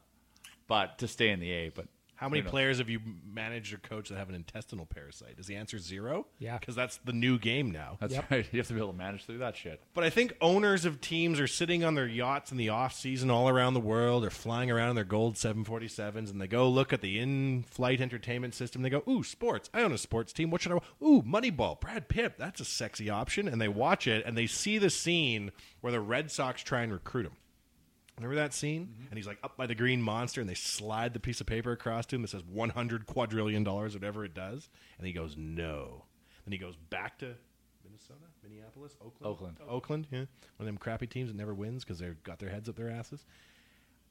Speaker 2: But to stay in the A. But
Speaker 1: How many
Speaker 2: who knows?
Speaker 1: players have you managed or coached that have an intestinal parasite? Is the answer zero?
Speaker 3: Yeah.
Speaker 1: Because that's the new game now.
Speaker 2: That's right. You have to be able to manage through that shit.
Speaker 1: But I think owners of teams are sitting on their yachts in the off season all around the world. They're flying around in their gold 747s, and they go look at the in-flight entertainment system. They go, "Ooh, sports! I own a sports team. What should I? wa- Ooh, Moneyball. Brad Pitt. That's a sexy option." And they watch it, and they see the scene where the Red Sox try and recruit him. Remember that scene? And he's like up by the green monster, and they slide the piece of paper across to him that says one hundred quadrillion dollars, whatever it does. And he goes, "No." Then he goes back to Minnesota, Minneapolis, Oakland,
Speaker 2: Oakland.
Speaker 1: Oakland. Yeah, one of them crappy teams that never wins because they've got their heads up their asses.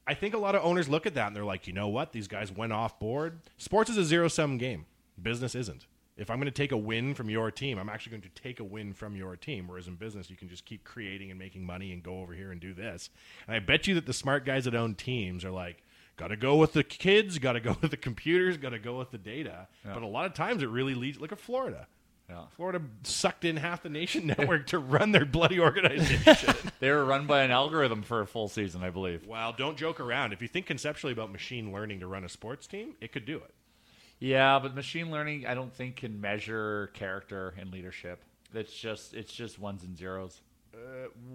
Speaker 1: I think a lot of owners look at that and they're like, you know what? These guys went off board. Sports is a zero sum game. Business isn't. If I'm going to take a win from your team, I'm actually going to take a win from your team. Whereas in business, you can just keep creating and making money and go over here and do this. And I bet you that the smart guys that own teams are like, got to go with the kids, got to go with the computers, got to go with the data. But a lot of times it really leads, look at Florida.
Speaker 2: Yeah.
Speaker 1: Florida sucked in half the nation network to run their bloody organization.
Speaker 2: They were run by an algorithm for a full season, I believe.
Speaker 1: well, don't joke around. If you think conceptually about machine learning to run a sports team, it could do it.
Speaker 2: Yeah, but machine learning, I don't think can measure character and leadership. That's just it's just ones and zeros.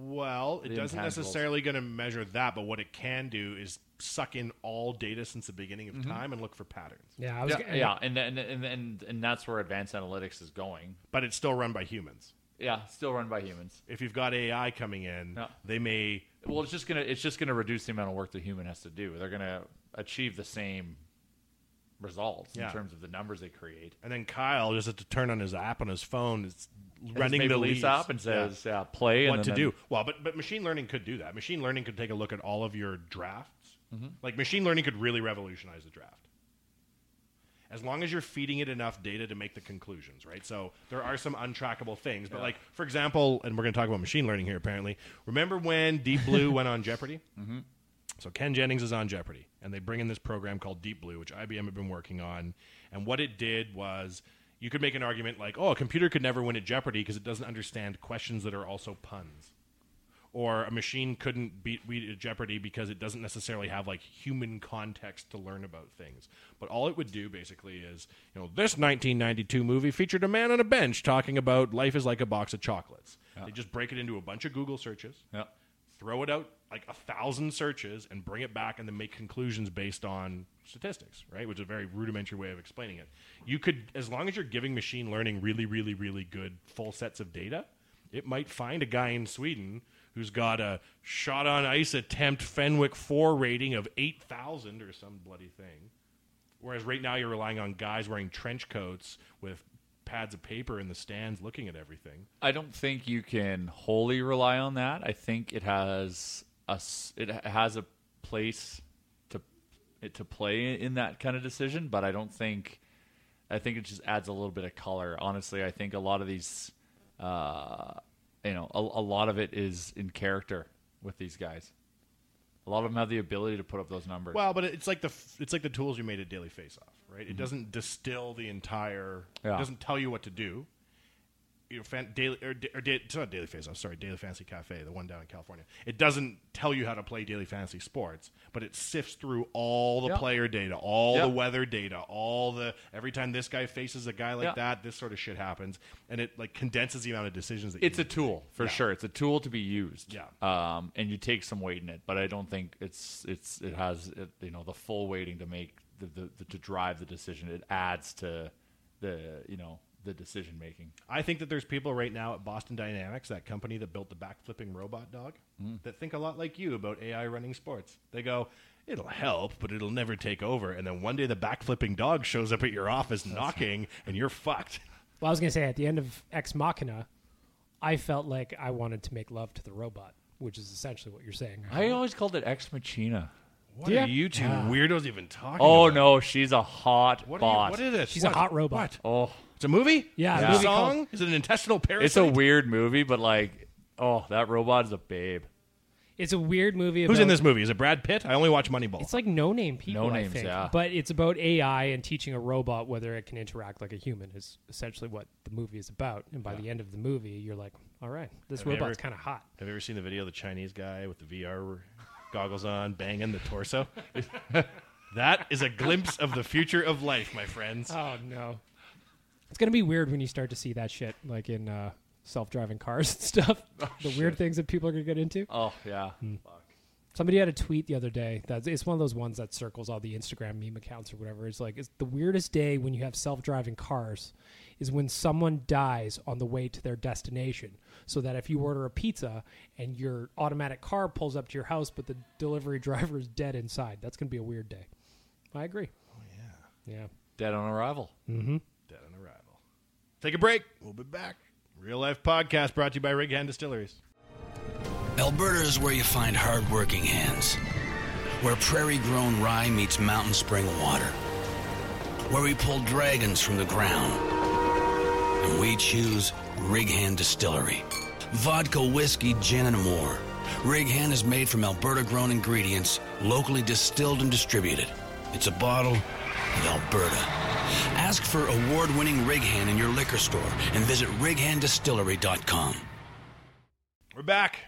Speaker 1: Well, it
Speaker 2: The
Speaker 1: doesn't
Speaker 2: intangibles.
Speaker 1: necessarily going to measure that, but what it can do is suck in all data since the beginning of time and look for patterns.
Speaker 3: Yeah, I was.
Speaker 2: Mm-hmm. Yeah,
Speaker 3: gonna-
Speaker 2: yeah, and and, and and and that's where advanced analytics is going.
Speaker 1: But it's still run by humans.
Speaker 2: Yeah, still run by humans.
Speaker 1: If you've got AI coming in,
Speaker 2: Yeah.
Speaker 1: they may
Speaker 2: Well, it's just gonna it's just gonna reduce the amount of work the human has to do. They're gonna achieve the same results
Speaker 1: Yeah.
Speaker 2: in terms of the numbers they create.
Speaker 1: and then Kyle just had to turn on his app on his phone. It's running
Speaker 2: Maybe
Speaker 1: the
Speaker 2: leaves
Speaker 1: leaves
Speaker 2: up and says yeah. play
Speaker 1: what
Speaker 2: and
Speaker 1: to
Speaker 2: then-
Speaker 1: do. Well, but but machine learning could do that. Machine learning could take a look at all of your drafts.
Speaker 2: Mm-hmm.
Speaker 1: Like machine learning could really revolutionize the draft. As long as you're feeding it enough data to make the conclusions, right? So there are some untrackable things, but like for example, and we're going to talk about machine learning here. Apparently, remember when Deep Blue went on Jeopardy? So Ken Jennings is on Jeopardy, and they bring in this program called Deep Blue, which IBM had been working on. And what it did was, you could make an argument like, "Oh, a computer could never win at Jeopardy because it doesn't understand questions that are also puns," or a machine couldn't beat beat at Jeopardy because it doesn't necessarily have like human context to learn about things. But all it would do basically is, you know, this 1992 movie featured a man on a bench talking about life is like a box of chocolates. They just break it into a bunch of Google searches
Speaker 2: Yeah.
Speaker 1: throw it out like a thousand searches and bring it back and then make conclusions based on statistics, right? Which is a very rudimentary way of explaining it. You could, as long as you're giving machine learning really, really, really good full sets of data, it might find a guy in Sweden who's got a shot on ice attempt Fenwick 4 rating of 8,000 or some bloody thing. Whereas right now you're relying on guys wearing trench coats with pads of paper in the stands looking at everything.
Speaker 2: I don't think you can wholly rely on that. I think it has a s- it ha- has a place to it to play in that kind of decision, but I don't think I think it just adds a little bit of color. Honestly, I think a lot of these uh, you know, a, a lot of it is in character with these guys. A lot of them have the ability to put up those numbers.
Speaker 1: Well, but it's like the f- it's like the tools you made at Daily Face Off, right? It doesn't distill the entire.
Speaker 2: Mm-hmm. Yeah.
Speaker 1: It doesn't tell you what to do. You know, fan, daily or, da- or da- it's not Daily Face Off. Sorry, Daily Fantasy Cafe, the one down in California. It doesn't tell you how to play Daily Fantasy Sports, but it sifts through all the
Speaker 2: Yeah.
Speaker 1: player data, all
Speaker 2: Yeah.
Speaker 1: the weather data, all the every time this guy faces a guy like
Speaker 2: Yeah.
Speaker 1: that, this sort of shit happens, and it like condenses the amount of decisions that
Speaker 2: it's
Speaker 1: you
Speaker 2: a
Speaker 1: need to
Speaker 2: tool
Speaker 1: make.
Speaker 2: for
Speaker 1: Yeah.
Speaker 2: sure. It's a tool to be used.
Speaker 1: Yeah.
Speaker 2: Um, and you take some weight in it, but I don't think it's it's it has it, you know the full weighting to make the, the, the to drive the decision. It adds to the you know the decision making.
Speaker 1: I think that there's people right now at Boston Dynamics, that company that built the backflipping robot dog, that think a lot like you about AI running sports. They go, it'll help, but it'll never take over. And then one day the backflipping dog shows up at your office knocking, and you're fucked.
Speaker 3: Well, I was gonna say at the end of Ex Machina, I felt like I wanted to make love to the robot, which is essentially what you're saying.
Speaker 2: I always called it ex machina.
Speaker 1: What
Speaker 3: Yeah.
Speaker 1: are you two weirdos even talking
Speaker 2: Oh
Speaker 1: about?
Speaker 2: no, she's a hot
Speaker 1: What, are you,
Speaker 2: bot.
Speaker 1: what is this?
Speaker 3: She's
Speaker 1: What?
Speaker 3: a hot robot.
Speaker 1: What?
Speaker 2: Oh,
Speaker 1: It's a movie?
Speaker 3: Yeah,
Speaker 1: Is it
Speaker 3: a
Speaker 1: a
Speaker 3: movie
Speaker 1: song?
Speaker 3: called-
Speaker 1: Is it an intestinal parasite?
Speaker 2: it's a weird movie, but like oh that robot is a babe.
Speaker 3: It's a weird movie.
Speaker 1: Who's in
Speaker 3: about-
Speaker 1: this movie? Is it Brad Pitt? I only watch Moneyball.
Speaker 3: It's like no name people.
Speaker 2: No
Speaker 3: I
Speaker 2: names,
Speaker 3: think.
Speaker 2: yeah.
Speaker 3: But it's about AI and teaching a robot whether it can interact like a human is essentially what the movie is about. And by the end of the movie, you're like, all right, this
Speaker 1: you
Speaker 3: robot's
Speaker 1: ever-
Speaker 3: kind of hot.
Speaker 1: Have you ever seen the video of the Chinese guy with the VR goggles on banging the torso? that is a glimpse of the future of life, my friends.
Speaker 3: Oh no, it's gonna be weird when you start to see that shit like in uh, self-driving cars and stuff. the weird things that people are gonna get into.
Speaker 2: Oh yeah.
Speaker 1: Hmm.
Speaker 3: Somebody had a tweet the other day that it's one of those ones that circles all the Instagram meme accounts or whatever. It's like it's the weirdest day when you have self-driving cars is when someone dies on the way to their destination. So that if you order a pizza and your automatic car pulls up to your house, but the delivery driver is dead inside, that's gonna be a weird day. I agree. Oh yeah. Yeah.
Speaker 2: Dead on arrival.
Speaker 1: Dead on arrival. Take a break. We'll be back. Real life podcast brought to you by Rig Hand Distilleries.
Speaker 5: Alberta is where you find hard-working hands, where prairie-grown rye meets mountain spring water, where we pull dragons from the ground and we choose Rig Hand Distillery. Vodka, whiskey, gin, and more. Rig Hand is made from Alberta grown ingredients, locally distilled and distributed. It's a bottle of Alberta. Ask for award winning Rig Hand in your liquor store and visit righanddistillery.com.
Speaker 1: We're back.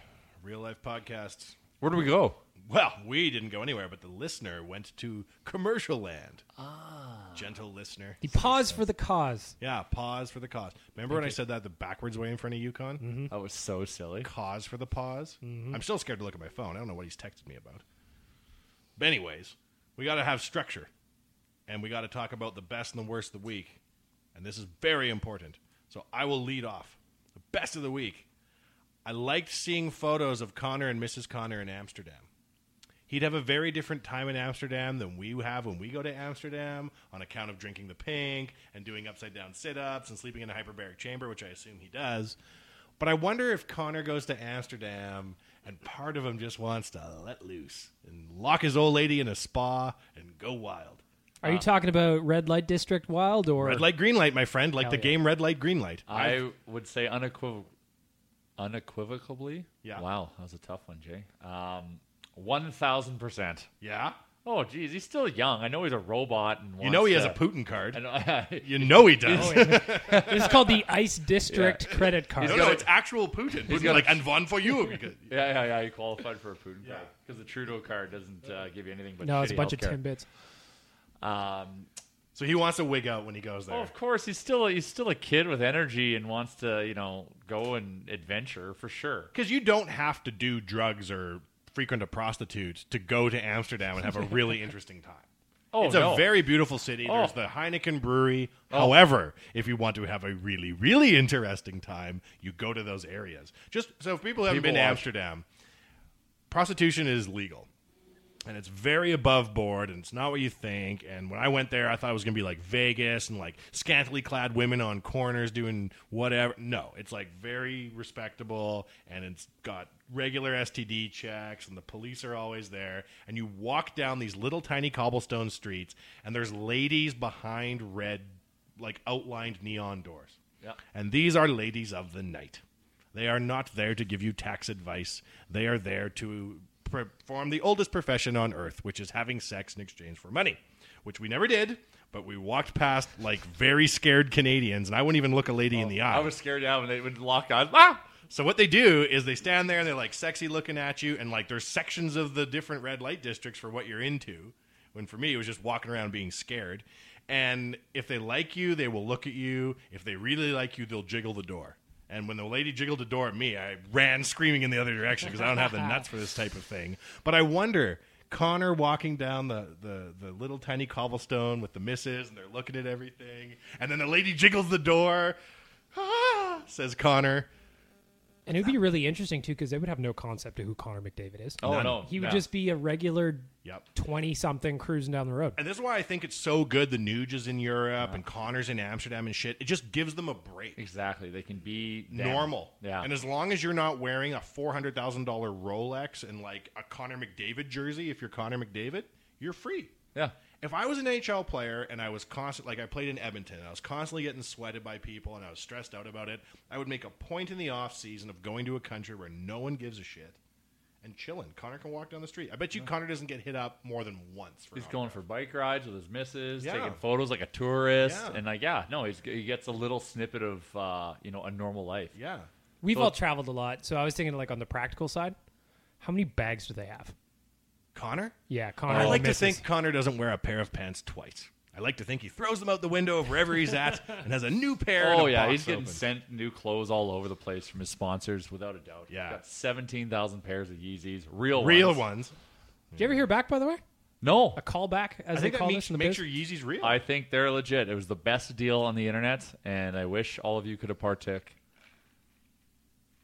Speaker 1: Real life podcasts.
Speaker 2: Where do we go?
Speaker 1: Well, we didn't go anywhere, but the listener went to commercial land. Ah. Gentle listener.
Speaker 3: The pause for the cause.
Speaker 1: Yeah, pause for the cause. Remember when I said that the backwards way in front of Yukon?
Speaker 2: That was so silly.
Speaker 1: Cause for the pause? I'm still scared to look at my phone. I don't know what he's texted me about. But, anyways, we got to have structure. And we got to talk about the best and the worst of the week. And this is very important. So, I will lead off. The best of the week. I liked seeing photos of Connor and Mrs. Connor in Amsterdam he'd have a very different time in Amsterdam than we have when we go to Amsterdam on account of drinking the pink and doing upside down sit ups and sleeping in a hyperbaric chamber, which I assume he does. But I wonder if Connor goes to Amsterdam and part of him just wants to let loose and lock his old lady in a spa and go wild.
Speaker 3: Are you talking about red light district wild or
Speaker 1: Ah. Red light, green light, my friend, like the
Speaker 3: yeah.
Speaker 1: game red light, green light.
Speaker 2: I would say unequiv- unequivocally.
Speaker 1: Yeah.
Speaker 2: Wow, that was a tough one, Jay. Um, one thousand percent.
Speaker 1: yeah.
Speaker 2: Oh, geez, he's still young. I know he's a robot, and
Speaker 1: You know
Speaker 2: wants
Speaker 1: he has a
Speaker 2: to-
Speaker 1: Putin card.
Speaker 2: I know-
Speaker 1: You know he does.
Speaker 3: This is called the Ice District credit card.
Speaker 1: no, no, it's actual Putin. Putin
Speaker 2: got a-
Speaker 1: like, and one for you. because-
Speaker 2: Yeah, yeah, yeah. He qualified for a Putin card because the Trudeau card doesn't uh, give you anything but
Speaker 3: No, it's a
Speaker 2: shitty
Speaker 3: bunch of
Speaker 2: healthcare.
Speaker 3: timbits.
Speaker 2: Um,
Speaker 1: so he wants to wig out when he goes there.
Speaker 2: well, Oh, of course, he's still he's still a kid with energy and wants to you know go and adventure for sure.
Speaker 1: Because you don't have to do drugs or frequent a prostitute to go to Amsterdam and have a really interesting time.
Speaker 2: Oh
Speaker 1: it's
Speaker 2: no,
Speaker 1: a very beautiful city. There's
Speaker 2: Oh.
Speaker 1: the Heineken Brewery. However, if you want to have a really, really interesting time, you go to those areas. Just so if people haven't
Speaker 2: People
Speaker 1: been to
Speaker 2: watch.
Speaker 1: Amsterdam, prostitution is legal. And it's very above board, and it's not what you think. And when I went there, I thought it was going to be like Vegas and like scantily clad women on corners doing whatever. No, it's like very respectable, and it's got regular STD checks, and the police are always there. And you walk down these little tiny cobblestone streets, and there's ladies behind red, like outlined neon doors.
Speaker 2: Yeah.
Speaker 1: And these are ladies of the night. They are not there to give you tax advice. They are there to perform the oldest profession on earth, which is having sex in exchange for money, which we never did, but we walked past like very scared Canadians, and I wouldn't even look a lady in the eye.
Speaker 2: I was scared. Yeah, when they would lock eyes. Ah!
Speaker 1: So what they do is they stand there and they're like sexy looking at you, and like there's sections of the different red light districts for what you're into. When for me it was just walking around being scared. And if they like you, they will look at you. If they really like you, they'll jiggle the door. And when the lady jiggled the door at me, I ran screaming in the other direction because I don't have the nuts for this type of thing. But I wonder, Connor walking down the, the, the little tiny cobblestone with the missus, and they're looking at everything. And then the lady jiggles the door, "Ah," says Connor.
Speaker 3: And it would be really interesting too because they would have no concept of who Connor McDavid is.
Speaker 2: Oh no,
Speaker 3: he would
Speaker 2: yeah.
Speaker 3: just be a regular
Speaker 1: Yep.
Speaker 3: twenty something cruising down the road.
Speaker 1: And this is why I think it's so good the Nuge is in Europe and Connor's in Amsterdam and shit. It just gives them a break.
Speaker 2: exactly. They can be them.
Speaker 1: Normal.
Speaker 2: Yeah,
Speaker 1: And as long as you're not wearing a $400,000 Rolex and like a Connor McDavid jersey, if you're Connor McDavid, you're free.
Speaker 2: yeah.
Speaker 1: If I was an NHL player and I was constant, like I played in Edmonton, and I was constantly getting sweated by people and I was stressed out about it, I would make a point in the off season of going to a country where no one gives a shit and chilling. Connor can walk down the street. I bet you Connor doesn't get hit up more than once. For
Speaker 2: He's
Speaker 1: autographs.
Speaker 2: going for bike rides with his missus,
Speaker 1: Yeah.
Speaker 2: taking photos like a tourist,
Speaker 1: Yeah.
Speaker 2: and like yeah, no, he's, he gets a little snippet of uh, you know a normal life.
Speaker 1: Yeah.
Speaker 3: We've all traveled a lot, so I was thinking like on the practical side, how many bags do they have?
Speaker 1: Connor?
Speaker 3: Yeah, Connor.
Speaker 1: I like
Speaker 3: misses.
Speaker 1: to think Connor doesn't wear a pair of pants twice. I like to think he throws them out the window of wherever he's at and has a new pair. and
Speaker 2: Oh
Speaker 1: a
Speaker 2: yeah,
Speaker 1: box
Speaker 2: he's getting
Speaker 1: open.
Speaker 2: sent new clothes all over the place from his sponsors, without a doubt.
Speaker 1: Yeah.
Speaker 2: He's got seventeen thousand pairs of Yeezys, real,
Speaker 1: real
Speaker 2: ones.
Speaker 1: ones.
Speaker 3: Did you ever hear back by the way?
Speaker 2: No,
Speaker 3: A callback as
Speaker 1: I
Speaker 3: they
Speaker 1: think that
Speaker 3: call this
Speaker 1: makes,
Speaker 3: in the
Speaker 1: makes
Speaker 3: biz.
Speaker 1: your Yeezys real.
Speaker 2: I think they're legit. It was the best deal on the internet, and I wish all of you could have partook.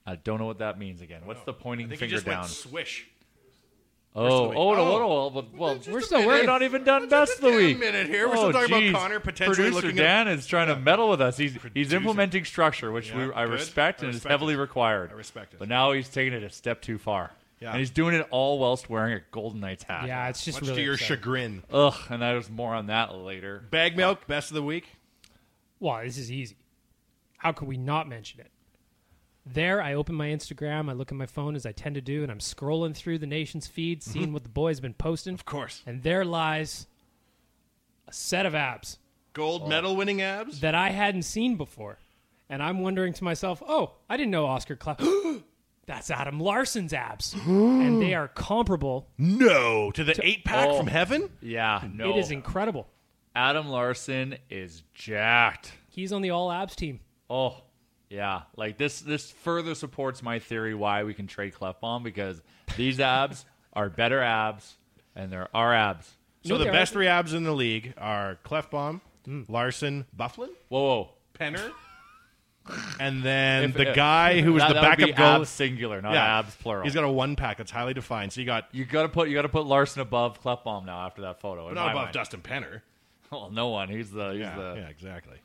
Speaker 2: I don't know what that means again. What's the
Speaker 1: I
Speaker 2: pointing
Speaker 1: think he
Speaker 2: finger
Speaker 1: just
Speaker 2: down?
Speaker 1: went swish.
Speaker 2: Oh,
Speaker 1: week.
Speaker 2: oh, no,
Speaker 1: Oh.
Speaker 2: oh, no, well, but, well,
Speaker 1: Just
Speaker 3: we're
Speaker 1: a
Speaker 3: still
Speaker 1: minute.
Speaker 3: working
Speaker 2: We're not even done
Speaker 1: Just
Speaker 2: best
Speaker 1: a
Speaker 2: of the
Speaker 1: damn
Speaker 2: week.
Speaker 1: minute here. We're still
Speaker 2: Oh,
Speaker 1: talking
Speaker 2: geez.
Speaker 1: about Connor potentially
Speaker 2: Producer
Speaker 1: looking
Speaker 2: Dan
Speaker 1: at.
Speaker 2: is trying to meddle with us. He's he's
Speaker 1: Producer.
Speaker 2: implementing structure, which
Speaker 1: Yeah,
Speaker 2: we, I
Speaker 1: good.
Speaker 2: respect
Speaker 1: I
Speaker 2: and is
Speaker 1: respect
Speaker 2: heavily
Speaker 1: it.
Speaker 2: required.
Speaker 1: I respect it.
Speaker 2: But now he's taking it a step too far.
Speaker 1: Yeah.
Speaker 2: And he's doing it all whilst wearing a Golden Knights hat.
Speaker 3: yeah, it's just
Speaker 1: Much
Speaker 3: really
Speaker 1: to your
Speaker 3: upsetting.
Speaker 1: chagrin.
Speaker 2: Ugh, and there's more on that later.
Speaker 1: Bag milk, best of the week.
Speaker 3: Well, this is easy. how could we not mention it? There, I open my Instagram, I look at my phone as I tend to do, and I'm scrolling through the nation's feed, seeing
Speaker 2: Mm-hmm.
Speaker 3: what the boy's been posting.
Speaker 1: Of course.
Speaker 3: And there lies a set of abs
Speaker 2: oh.
Speaker 1: Gold medal winning abs?
Speaker 3: that I hadn't seen before. And I'm wondering to myself, oh, I didn't know Oscar Cloud. That's Adam Larson's abs. and they are comparable.
Speaker 1: No. To the eight pack
Speaker 2: Oh.
Speaker 1: from heaven?
Speaker 2: Yeah, no.
Speaker 3: It is incredible.
Speaker 2: Adam Larson is jacked.
Speaker 3: He's on the all abs team.
Speaker 2: Oh, yeah. Like this this further supports my theory why we can trade Clefbaum because these abs are better abs and there are abs.
Speaker 1: So
Speaker 3: know
Speaker 1: the
Speaker 3: there
Speaker 1: best
Speaker 3: are-
Speaker 1: three abs in the league are Clefbaum,
Speaker 2: Mm.
Speaker 1: Larson, Bufflin,
Speaker 2: Whoa, whoa.
Speaker 1: Penner, and then
Speaker 2: If-
Speaker 1: the
Speaker 2: uh,
Speaker 1: guy who was
Speaker 2: that,
Speaker 1: the
Speaker 2: that would
Speaker 1: backup
Speaker 2: be
Speaker 1: goal.
Speaker 2: abs singular, not
Speaker 1: Yeah.
Speaker 2: abs plural.
Speaker 1: He's got a one pack that's highly defined. So you got
Speaker 2: you gotta put you gotta put Larson above Clefbaum now after that photo. in
Speaker 1: not
Speaker 2: my
Speaker 1: above
Speaker 2: mind.
Speaker 1: Dustin Penner.
Speaker 2: Well, no one. He's the he's
Speaker 1: Yeah,
Speaker 2: the
Speaker 1: yeah, exactly.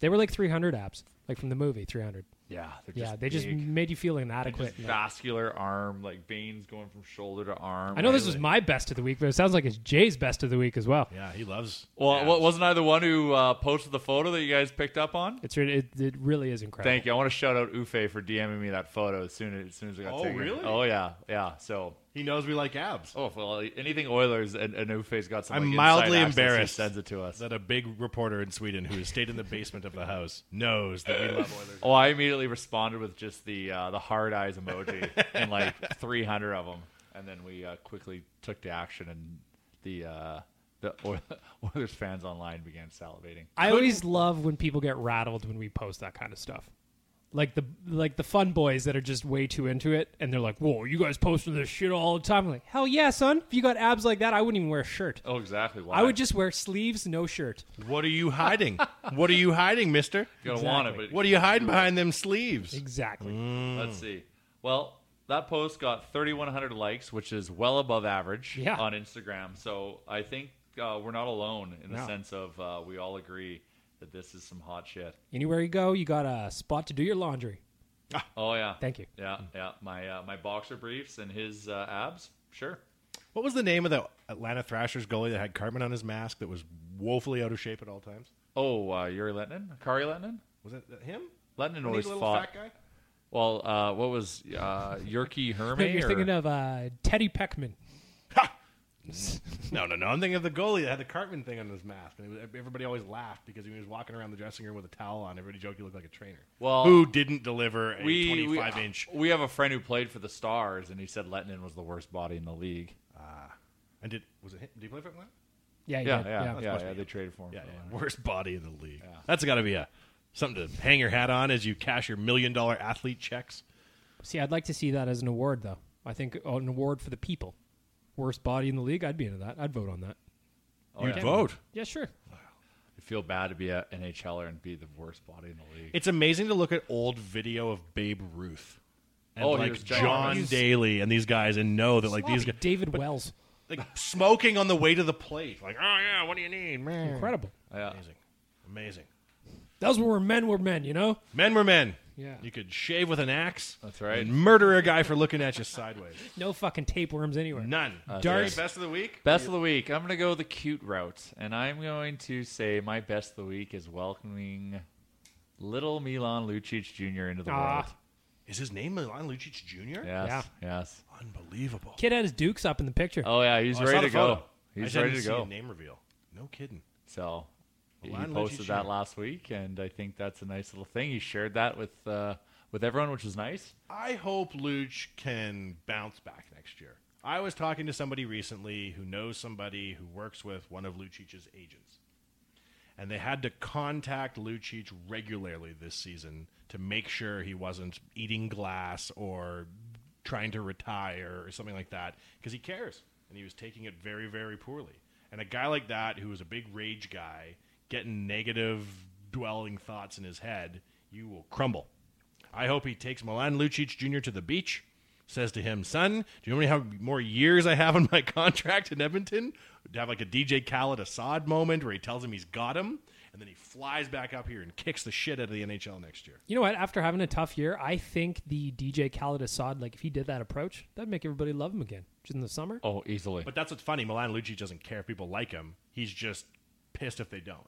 Speaker 3: They were like 300 abs, like from the movie 300.
Speaker 2: yeah. They're
Speaker 3: Yeah,
Speaker 2: just
Speaker 3: they just
Speaker 2: big.
Speaker 3: made you feel inadequate.
Speaker 2: Just vascular arm, like veins going from shoulder to arm.
Speaker 3: I know this was my best of the week, but it sounds like it's Jay's best of the week as well.
Speaker 1: Yeah, he loves.
Speaker 2: Well, what wasn't I the one who uh, posted the photo that you guys picked up on?
Speaker 3: It's re- it, it really is incredible.
Speaker 2: Thank you. I want to shout out Ufe for DMing me that photo as soon as, as soon as I got
Speaker 1: Oh,
Speaker 2: taken.
Speaker 1: really?
Speaker 2: Oh yeah, yeah. So
Speaker 1: He knows we like abs.
Speaker 2: oh well, anything Oilers and, and Ufe's got some.
Speaker 1: I'm
Speaker 2: like,
Speaker 1: mildly
Speaker 2: inside access, he
Speaker 1: embarrassed.
Speaker 2: Sends it to us.
Speaker 1: That a big reporter in Sweden who has stayed in the basement of the house knows that we love Oilers.
Speaker 2: Oh, I immediately responded with just the uh, the hard eyes emoji and like 300 of them, and then we uh, quickly took to action, and the uh, the Oil- Oilers fans online began salivating.
Speaker 3: I always love when people get rattled when we post that kind of stuff. Like the like the fun boys that are just way too into it, and they're like, "Whoa, you guys posting this shit all the time!" I'm like, hell yeah, son! If you got abs like that, I wouldn't even wear a shirt.
Speaker 2: Oh, exactly. Why?
Speaker 3: I would just wear sleeves, no shirt.
Speaker 1: What are you hiding? what are you hiding, mister?
Speaker 2: You're gonna want it, but
Speaker 1: What are you hiding behind them sleeves?
Speaker 3: Exactly.
Speaker 2: Let's see. Well, that post got 3,100 likes, which is well above average
Speaker 3: Yeah.
Speaker 2: on Instagram. So I think uh, we're not alone in the
Speaker 3: No.
Speaker 2: sense of uh, we all agree that this is some hot shit.
Speaker 3: Anywhere you go, you got a spot to do your laundry.
Speaker 2: Oh yeah.
Speaker 3: Thank you. Mm.
Speaker 2: Yeah, yeah. My uh, my boxer briefs and his uh, abs. Sure.
Speaker 1: What was the name of the Atlanta Thrashers goalie that had carbon on his mask that was woefully out of shape at all times?
Speaker 2: Oh, uh, Yuri Lettinen, Kari Lettinen.
Speaker 1: Was it that him?
Speaker 2: Lettinen
Speaker 1: Wasn't he
Speaker 2: always
Speaker 1: the little
Speaker 2: fought.
Speaker 1: fat guy?
Speaker 2: Well, uh, what was uh, Yerky Herman?
Speaker 3: No, you're thinking of uh, Teddy Peckman.
Speaker 1: No, no, no. I'm thinking of the goalie that had the Cartman thing on his mask, and it was, everybody always laughed because when he was walking around the dressing room with a towel on, everybody joked he looked like a trainer.
Speaker 2: Well,
Speaker 1: who didn't deliver a
Speaker 2: we, we,
Speaker 1: 25 inch?
Speaker 2: we have a friend who played for the Stars, and he said Lettinen was the worst body in the league.
Speaker 1: And did was it? Him? Did he play for Atlanta?
Speaker 3: Yeah, you
Speaker 2: Yeah,
Speaker 3: did.
Speaker 2: yeah, yeah.
Speaker 3: yeah.
Speaker 2: yeah, Uh, They traded for him.
Speaker 1: Yeah,
Speaker 2: for
Speaker 1: yeah.
Speaker 2: Lettinen.
Speaker 1: worst body in the league. That's got to be a something to hang your hat on as you cash your million dollar athlete checks.
Speaker 3: See, I'd like to see that as an award, though. I think oh, an award for the people. Worst body in the league. I'd be into that. I'd vote on that.
Speaker 2: Oh,
Speaker 1: You'd vote.
Speaker 3: Yeah, sure.
Speaker 2: I feel bad to be an NHLer er and be the worst body in the league.
Speaker 1: It's amazing to look at old video of Babe Ruth. And
Speaker 2: Oh, he
Speaker 1: like
Speaker 2: was
Speaker 1: John
Speaker 2: ginormous.
Speaker 1: Daly and these guys, and know that like these
Speaker 3: Sloppy
Speaker 1: guys,
Speaker 3: David Wells.
Speaker 1: like smoking on the way to the plate, like oh yeah, what do you need, man?
Speaker 3: Incredible.
Speaker 2: Yeah.
Speaker 1: Amazing, amazing.
Speaker 3: Those were where men were men, you know?
Speaker 1: Men were men.
Speaker 3: Yeah.
Speaker 1: You could shave with an axe.
Speaker 2: That's right.
Speaker 1: And murder a guy for looking at you sideways.
Speaker 3: No fucking tapeworms anywhere.
Speaker 1: None.
Speaker 2: Uh,
Speaker 3: Darts.
Speaker 1: Best of the week.
Speaker 2: Best of the week. I'm going to go the cute route, and I'm going to say my best of the week is welcoming little Milan Lucic Jr. into the
Speaker 3: Ah.
Speaker 2: world.
Speaker 1: Is his name Milan Lucic Jr.?
Speaker 2: Yes, yes.
Speaker 1: Unbelievable.
Speaker 3: Kid had his dukes up in the picture.
Speaker 2: Oh yeah, he's
Speaker 1: Oh, I saw
Speaker 2: ready to
Speaker 1: the
Speaker 2: go.
Speaker 1: photo. I
Speaker 2: He's
Speaker 1: just hadn't
Speaker 2: ready to
Speaker 1: seen
Speaker 2: go.
Speaker 1: a name reveal. No kidding.
Speaker 2: So
Speaker 1: Milan Lucic
Speaker 2: he posted that
Speaker 1: Jr.
Speaker 2: last week, and I think that's a nice little thing. He shared that with uh, with everyone, which was nice.
Speaker 1: I hope Luch can bounce back next year. I was talking to somebody recently who knows somebody who works with one of Lucic's agents. And they had to contact Lucic regularly this season to make sure he wasn't eating glass or trying to retire or something like that because he cares. And he was taking it very, very poorly. And a guy like that, who is a big rage guy, getting negative dwelling thoughts in his head, you will crumble. I hope he takes Milan Lucic Jr. to the beach, says to him, Son, do you know how many how more years I have on my contract in Edmonton? To have like a DJ Khaled Assad moment where he tells him he's got him, and then he flies back up here and kicks the shit out of the NHL next year.
Speaker 3: You know what? After having a tough year, I think the DJ Khaled Assad, like if he did that approach, that'd make everybody love him again. Just in the summer.
Speaker 2: Oh, easily.
Speaker 1: But that's what's funny. Milan Lucic doesn't care if people like him, he's just pissed if they don't.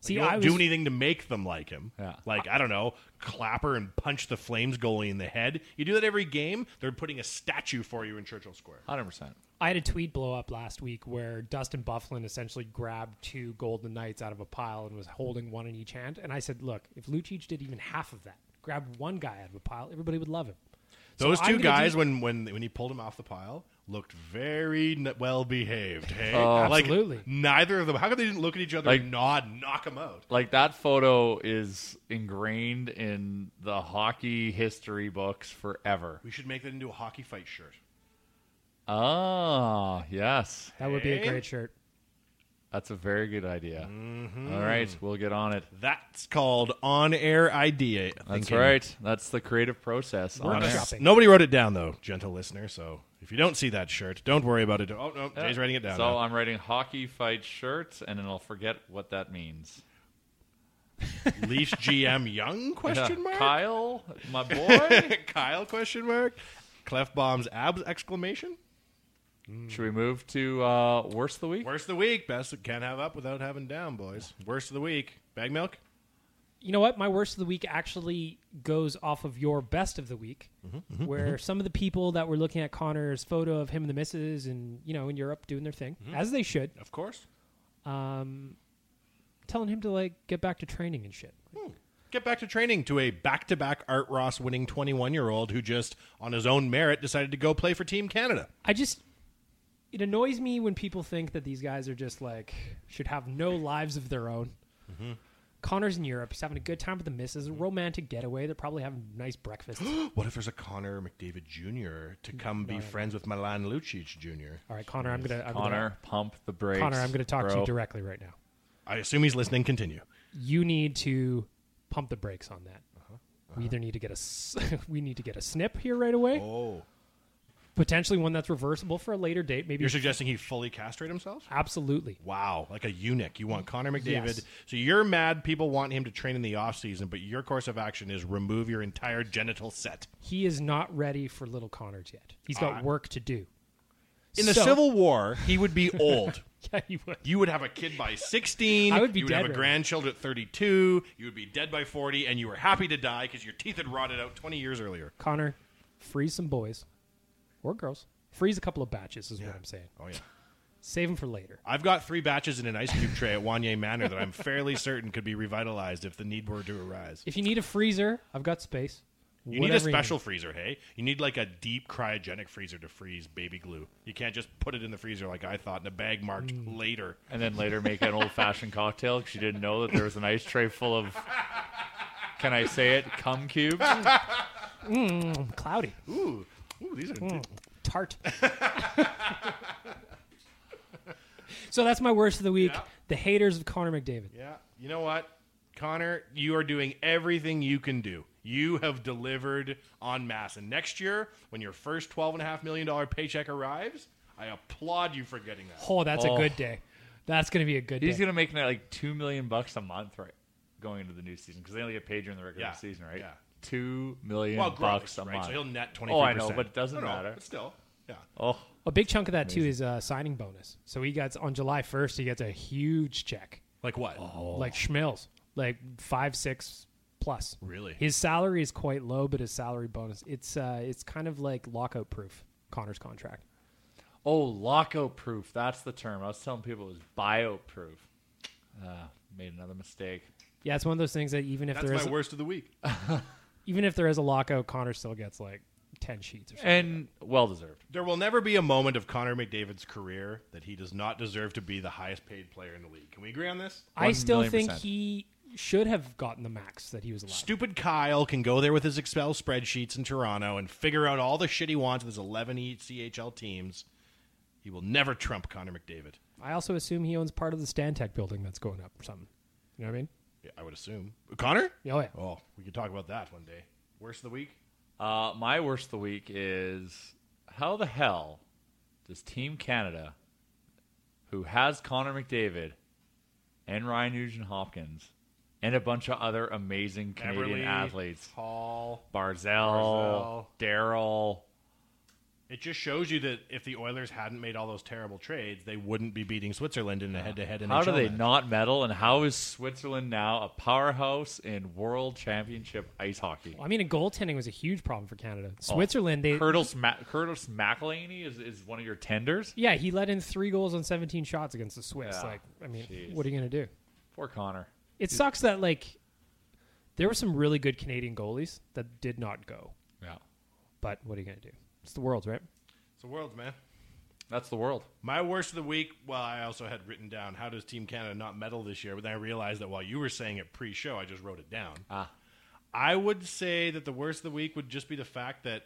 Speaker 3: See,
Speaker 1: you
Speaker 3: I
Speaker 1: don't
Speaker 3: was
Speaker 1: do anything to make them like him.
Speaker 2: Yeah.
Speaker 1: Like I don't know, clapper and punch the Flames goalie in the head. You do that every game. They're putting a statue for you in Churchill Square.
Speaker 2: Hundred percent.
Speaker 3: I had a tweet blow up last week where Dustin Bufflin essentially grabbed two Golden Knights out of a pile and was holding one in each hand. And I said, look, if Lucic did even half of that, grabbed one guy out of a pile, everybody would love him. So
Speaker 1: Those
Speaker 3: I'm
Speaker 1: two
Speaker 3: gonna
Speaker 1: guys,
Speaker 3: do-
Speaker 1: when when when he pulled him off the pile, looked very n- well behaved. Hey, like,
Speaker 3: absolutely.
Speaker 1: Neither of them. How come they didn't look at each other,
Speaker 2: Oh. Like-
Speaker 1: and nod, knock him out?
Speaker 2: Like that photo is ingrained in the hockey history books forever.
Speaker 1: We should make that into a hockey fight shirt.
Speaker 2: Ah, yes.
Speaker 3: That would be a
Speaker 1: Hey.
Speaker 3: great shirt.
Speaker 2: That's a very good idea.
Speaker 1: Mm-hmm.
Speaker 2: All right, we'll get on it.
Speaker 1: That's called on-air idea.
Speaker 2: That's
Speaker 1: thinking.
Speaker 2: right. That's the creative process. On
Speaker 1: Not
Speaker 2: there.
Speaker 1: a-
Speaker 3: shopping.
Speaker 1: Nobody wrote it down though, gentle listener. So if you don't see that shirt, don't worry about it. Oh no, Jay's writing it down.
Speaker 2: So
Speaker 1: now.
Speaker 2: I'm writing hockey fight shirts, and then I'll forget what that means.
Speaker 1: Leafs GM Young question
Speaker 2: Yeah.
Speaker 1: mark
Speaker 2: Kyle, my boy.
Speaker 1: Kyle question mark Clef bombs abs exclamation.
Speaker 2: Should we move to uh, worst of the week?
Speaker 1: Worst of the week, best can't have up without having down, boys. Worst of the week, bag milk.
Speaker 3: You know what? My worst of the week actually goes off of your best of the week, where some of the people that were looking at Connor's photo of him and the missus and, you know, in Europe doing their thing, as they should,
Speaker 1: Of course.
Speaker 3: um, telling him to, like, get back to training and shit.
Speaker 1: Get back to training to a back to back Art Ross winning 21 year old who just, on his own merit, decided to go play for Team Canada.
Speaker 3: I just it annoys me when people think that these guys are just like should have no lives of their own. Connor's in Europe. He's having a good time with the missus. A romantic getaway. They're probably having nice breakfast. All
Speaker 1: What if there's a Connor McDavid Jr. to come be friends with Milan Lucic Jr.?
Speaker 3: right, Connor. I'm gonna I'm
Speaker 2: Connor, pump the brakes.
Speaker 3: Gonna, Connor, I'm gonna talk to you
Speaker 2: bro.
Speaker 3: directly right now.
Speaker 1: I assume he's listening. Continue.
Speaker 3: You need to pump the brakes on that. We either need to get a s- we need to get a snip here right away.
Speaker 1: Oh.
Speaker 3: Potentially one that's reversible for a later date. Maybe
Speaker 1: You're suggesting he fully castrate himself?
Speaker 3: absolutely.
Speaker 1: Wow, like a eunuch. You want Connor McDavid.
Speaker 3: Yes.
Speaker 1: So you're mad people want him to train in the off season, but your course of action is remove your entire genital set.
Speaker 3: He is not ready for little Connors yet. He's got work to do.
Speaker 1: In the
Speaker 3: So-
Speaker 1: Civil War, he would be old.
Speaker 3: Yeah, he would.
Speaker 1: You would have a kid by 16.
Speaker 3: I would be
Speaker 1: You would
Speaker 3: dead
Speaker 1: have a
Speaker 3: right now.
Speaker 1: grandchild at 32. You would be dead by 40, and you were happy to die because your teeth had rotted out 20 years earlier.
Speaker 3: Connor, freeze some boys or girls. Freeze a couple of batches is what I'm saying.
Speaker 1: Oh, yeah.
Speaker 3: Save them for later.
Speaker 1: I've got three batches in an ice cube tray at Wanye Manor that I'm fairly certain could be revitalized if the need were to arise.
Speaker 3: If you need a freezer, I've got space.
Speaker 1: You need a special freezer, hey? You need like a deep cryogenic freezer to freeze baby glue. You can't just put it in the freezer like I thought in a bag marked
Speaker 3: Mm.
Speaker 1: later.
Speaker 2: and then later make an old fashioned cocktail because you didn't know that there was an ice tray full of. Can I say it? Cum cubes.
Speaker 3: cloudy,
Speaker 1: Ooh, ooh, these are.
Speaker 3: Hmm. tart. so that's my worst of the week. The haters of Connor McDavid.
Speaker 1: Yeah, you know what, Connor, you are doing everything you can do. You have delivered en masse. And next year, when your first twelve and a half million dollar paycheck arrives, I applaud you for getting that.
Speaker 3: Oh, that's
Speaker 2: Oh.
Speaker 3: a good day. That's gonna be a good
Speaker 2: He's
Speaker 3: day.
Speaker 2: gonna make like two million bucks a month, right? Going into the new season because they only get paid during the regular
Speaker 1: Yeah,
Speaker 2: season, right?
Speaker 1: yeah.
Speaker 2: Two million
Speaker 1: Well,
Speaker 2: bucks
Speaker 1: gross,
Speaker 2: a
Speaker 1: right?
Speaker 2: month.
Speaker 1: So he'll net twenty.
Speaker 2: Oh, I know, but it doesn't
Speaker 1: no, no,
Speaker 2: matter.
Speaker 1: But still, yeah.
Speaker 2: Oh,
Speaker 3: a big chunk of that too is a signing bonus. So he gets on July first. He gets a huge check.
Speaker 1: Like what?
Speaker 3: like Schmills, like five six plus.
Speaker 1: Really?
Speaker 3: his salary is quite low, but his salary bonus it's uh it's kind of like lockout proof Connor's contract.
Speaker 2: oh, locko proof. That's the term. I was telling people it was bio proof. Uh, made another mistake.
Speaker 3: Yeah, it's one of those things that even if
Speaker 1: That's
Speaker 3: there
Speaker 1: my
Speaker 3: is
Speaker 1: worst of the week.
Speaker 3: even if there is a lockout, Connor still gets like ten sheets or something.
Speaker 2: And well deserved.
Speaker 1: There will never be a moment of Connor McDavid's career that he does not deserve to be the highest paid player in the league. Can we agree on this?
Speaker 3: I still
Speaker 2: 1 million
Speaker 3: think
Speaker 2: percent.
Speaker 3: he should have gotten the max that he was allowed.
Speaker 1: Stupid Kyle can go there with his Excel spreadsheets in Toronto and figure out all the shit he wants with his E 11 ECHL teams. He will never trump Connor McDavid.
Speaker 3: I also assume he owns part of the Stantec building that's going up or something. You know what I mean?
Speaker 1: Yeah, I would assume. Connor?
Speaker 3: Oh yeah.
Speaker 1: Oh, we could talk about that one day. Worst of the week?
Speaker 2: Uh, my worst of the week is how the hell does Team Canada, who has Connor McDavid and Ryan Nugent Hopkins and a bunch of other amazing Canadian
Speaker 1: Everly,
Speaker 2: athletes,
Speaker 1: Hall.
Speaker 2: Barzell,
Speaker 1: Barzell.
Speaker 2: Daryl,
Speaker 1: It just shows you that if the Oilers hadn't made all those terrible trades, they wouldn't be beating Switzerland in a head-to-head.
Speaker 2: How do
Speaker 1: NHL
Speaker 2: they
Speaker 1: match.
Speaker 2: not medal? And how is Switzerland now a powerhouse in World Championship ice hockey?
Speaker 3: I mean, and goaltending was a huge problem for Canada. Switzerland, they
Speaker 2: Curtis, Ma- Curtis McElhaney is, is one of your tenders.
Speaker 3: yeah, he let in three goals on 17 shots against the Swiss.
Speaker 2: Yeah.
Speaker 3: Like, I mean,
Speaker 2: Jeez.
Speaker 3: what are you gonna do?
Speaker 2: Poor Connor.
Speaker 3: It sucks that like there were some really good Canadian goalies that did not go.
Speaker 2: Yeah,
Speaker 3: But what are you gonna do? It's the world, right?
Speaker 1: It's the world, man.
Speaker 2: that's the world.
Speaker 1: My worst of the week. Well, I also had written down how does Team Canada not medal this year, but then I realized that while you were saying it pre-show, I just wrote it down.
Speaker 2: Ah.
Speaker 1: I would say that the worst of the week would just be the fact that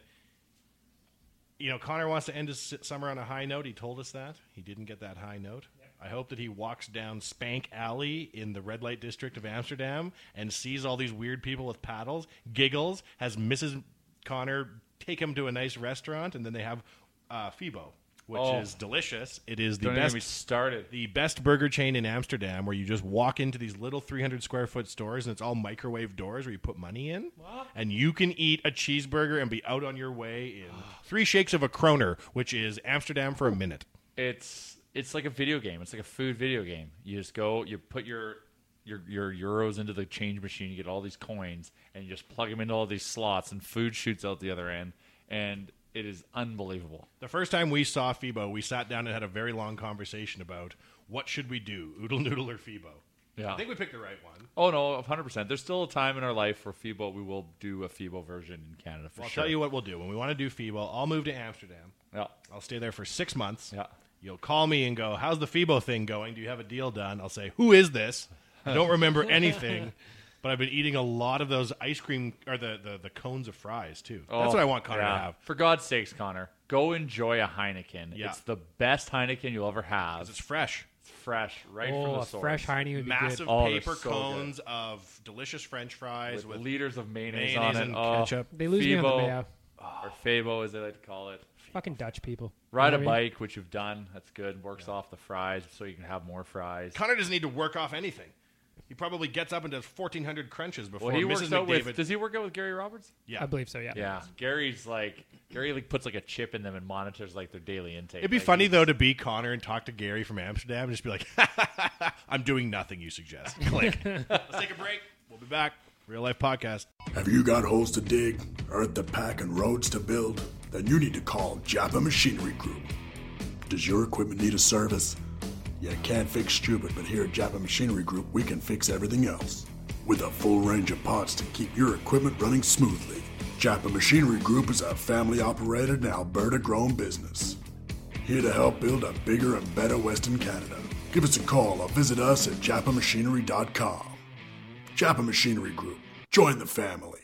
Speaker 1: you know Connor wants to end his s- summer on a high note. He told us that he didn't get that high note. I hope that he walks down Spank Alley in the red light district of Amsterdam and sees all these weird people with paddles, giggles, has Mrs. Connor take him to a nice restaurant, and then they have uh, Fibo, which
Speaker 2: Oh.
Speaker 1: is delicious. It is the
Speaker 2: Don't even
Speaker 1: best
Speaker 2: get me started.
Speaker 1: the best burger chain in Amsterdam, where you just walk into these little 300 square foot stores and it's all microwave doors where you put money in, and you can eat a cheeseburger and be out on your way in three shakes of a kroner, which is Amsterdam for a minute.
Speaker 2: It's it's like a video game. It's like a food video game. You just go, you put your your your euros into the change machine, you get all these coins, and you just plug them into all these slots, and food shoots out the other end, and it is unbelievable.
Speaker 1: The first time we saw Fibo, we sat down and had a very long conversation about what should we do, Oodle Noodle or Fibo.
Speaker 2: Yeah.
Speaker 1: I think we picked the right one.
Speaker 2: Oh no, hundred percent. There's still a time in our life for FIBO. We will do a FIBO version in Canada for
Speaker 1: I'll
Speaker 2: sure.
Speaker 1: tell you what we'll do. When we want to do Fibo, I'll move to Amsterdam.
Speaker 2: Yeah.
Speaker 1: I'll stay there for six months.
Speaker 2: Yeah.
Speaker 1: You'll call me and go, How's the Fibo thing going? Do you have a deal done? I'll say, Who is this? I don't remember anything. But I've been eating a lot of those ice cream or the, the, the cones of fries too. That's what I want Connor
Speaker 2: Oh, Yeah.
Speaker 1: to have.
Speaker 2: For God's sakes, Connor, go enjoy a Heineken.
Speaker 1: Yeah.
Speaker 2: It's the best Heineken you'll ever have.
Speaker 1: It's fresh.
Speaker 2: It's fresh, right from
Speaker 3: oh,
Speaker 2: the
Speaker 3: a
Speaker 2: source.
Speaker 3: fresh Heine would be
Speaker 1: Massive
Speaker 3: good.
Speaker 2: Oh, they're
Speaker 1: paper
Speaker 2: so good.
Speaker 1: cones of delicious French fries
Speaker 2: with,
Speaker 1: with,
Speaker 2: liters of mayonnaise,
Speaker 1: mayonnaise
Speaker 2: on it.
Speaker 1: and
Speaker 2: Oh,
Speaker 1: ketchup.
Speaker 3: They lose me on the
Speaker 2: Fabo,
Speaker 3: mayo.
Speaker 2: or Fabo, as they like to call it.
Speaker 3: Fucking Dutch people.
Speaker 2: Ride a
Speaker 3: You know what I mean?
Speaker 2: bike, which you've done. That's good. Works off the fries, so you can have more fries.
Speaker 1: Connor doesn't need to work off anything. He probably gets up and does 1,400 crunches before
Speaker 2: Well, he
Speaker 1: Mrs.
Speaker 2: works out
Speaker 1: McDavid.
Speaker 2: with. Does he work out with Gary Roberts?
Speaker 1: Yeah.
Speaker 3: I believe so. Yeah.
Speaker 2: Yeah, Gary's like Gary like puts like a chip in them and monitors like their daily intake.
Speaker 1: It'd be
Speaker 2: Like,
Speaker 1: funny though to be Connor and talk to Gary from Amsterdam and just be like, "I'm doing nothing you suggest." Click. Let's take a break. We'll be back. Real life podcast.
Speaker 6: Have you got holes to dig, earth to pack, and roads to build? Then you need to call Japa Machinery Group. Does your equipment need a service? You can't fix stupid, but here at Japa Machinery Group, we can fix everything else. With a full range of parts to keep your equipment running smoothly, Japa Machinery Group is a family operated and Alberta grown business. Here to help build a bigger and better Western Canada. Give us a call or visit us at japamachinery.com. Japa Machinery Group. Join the family.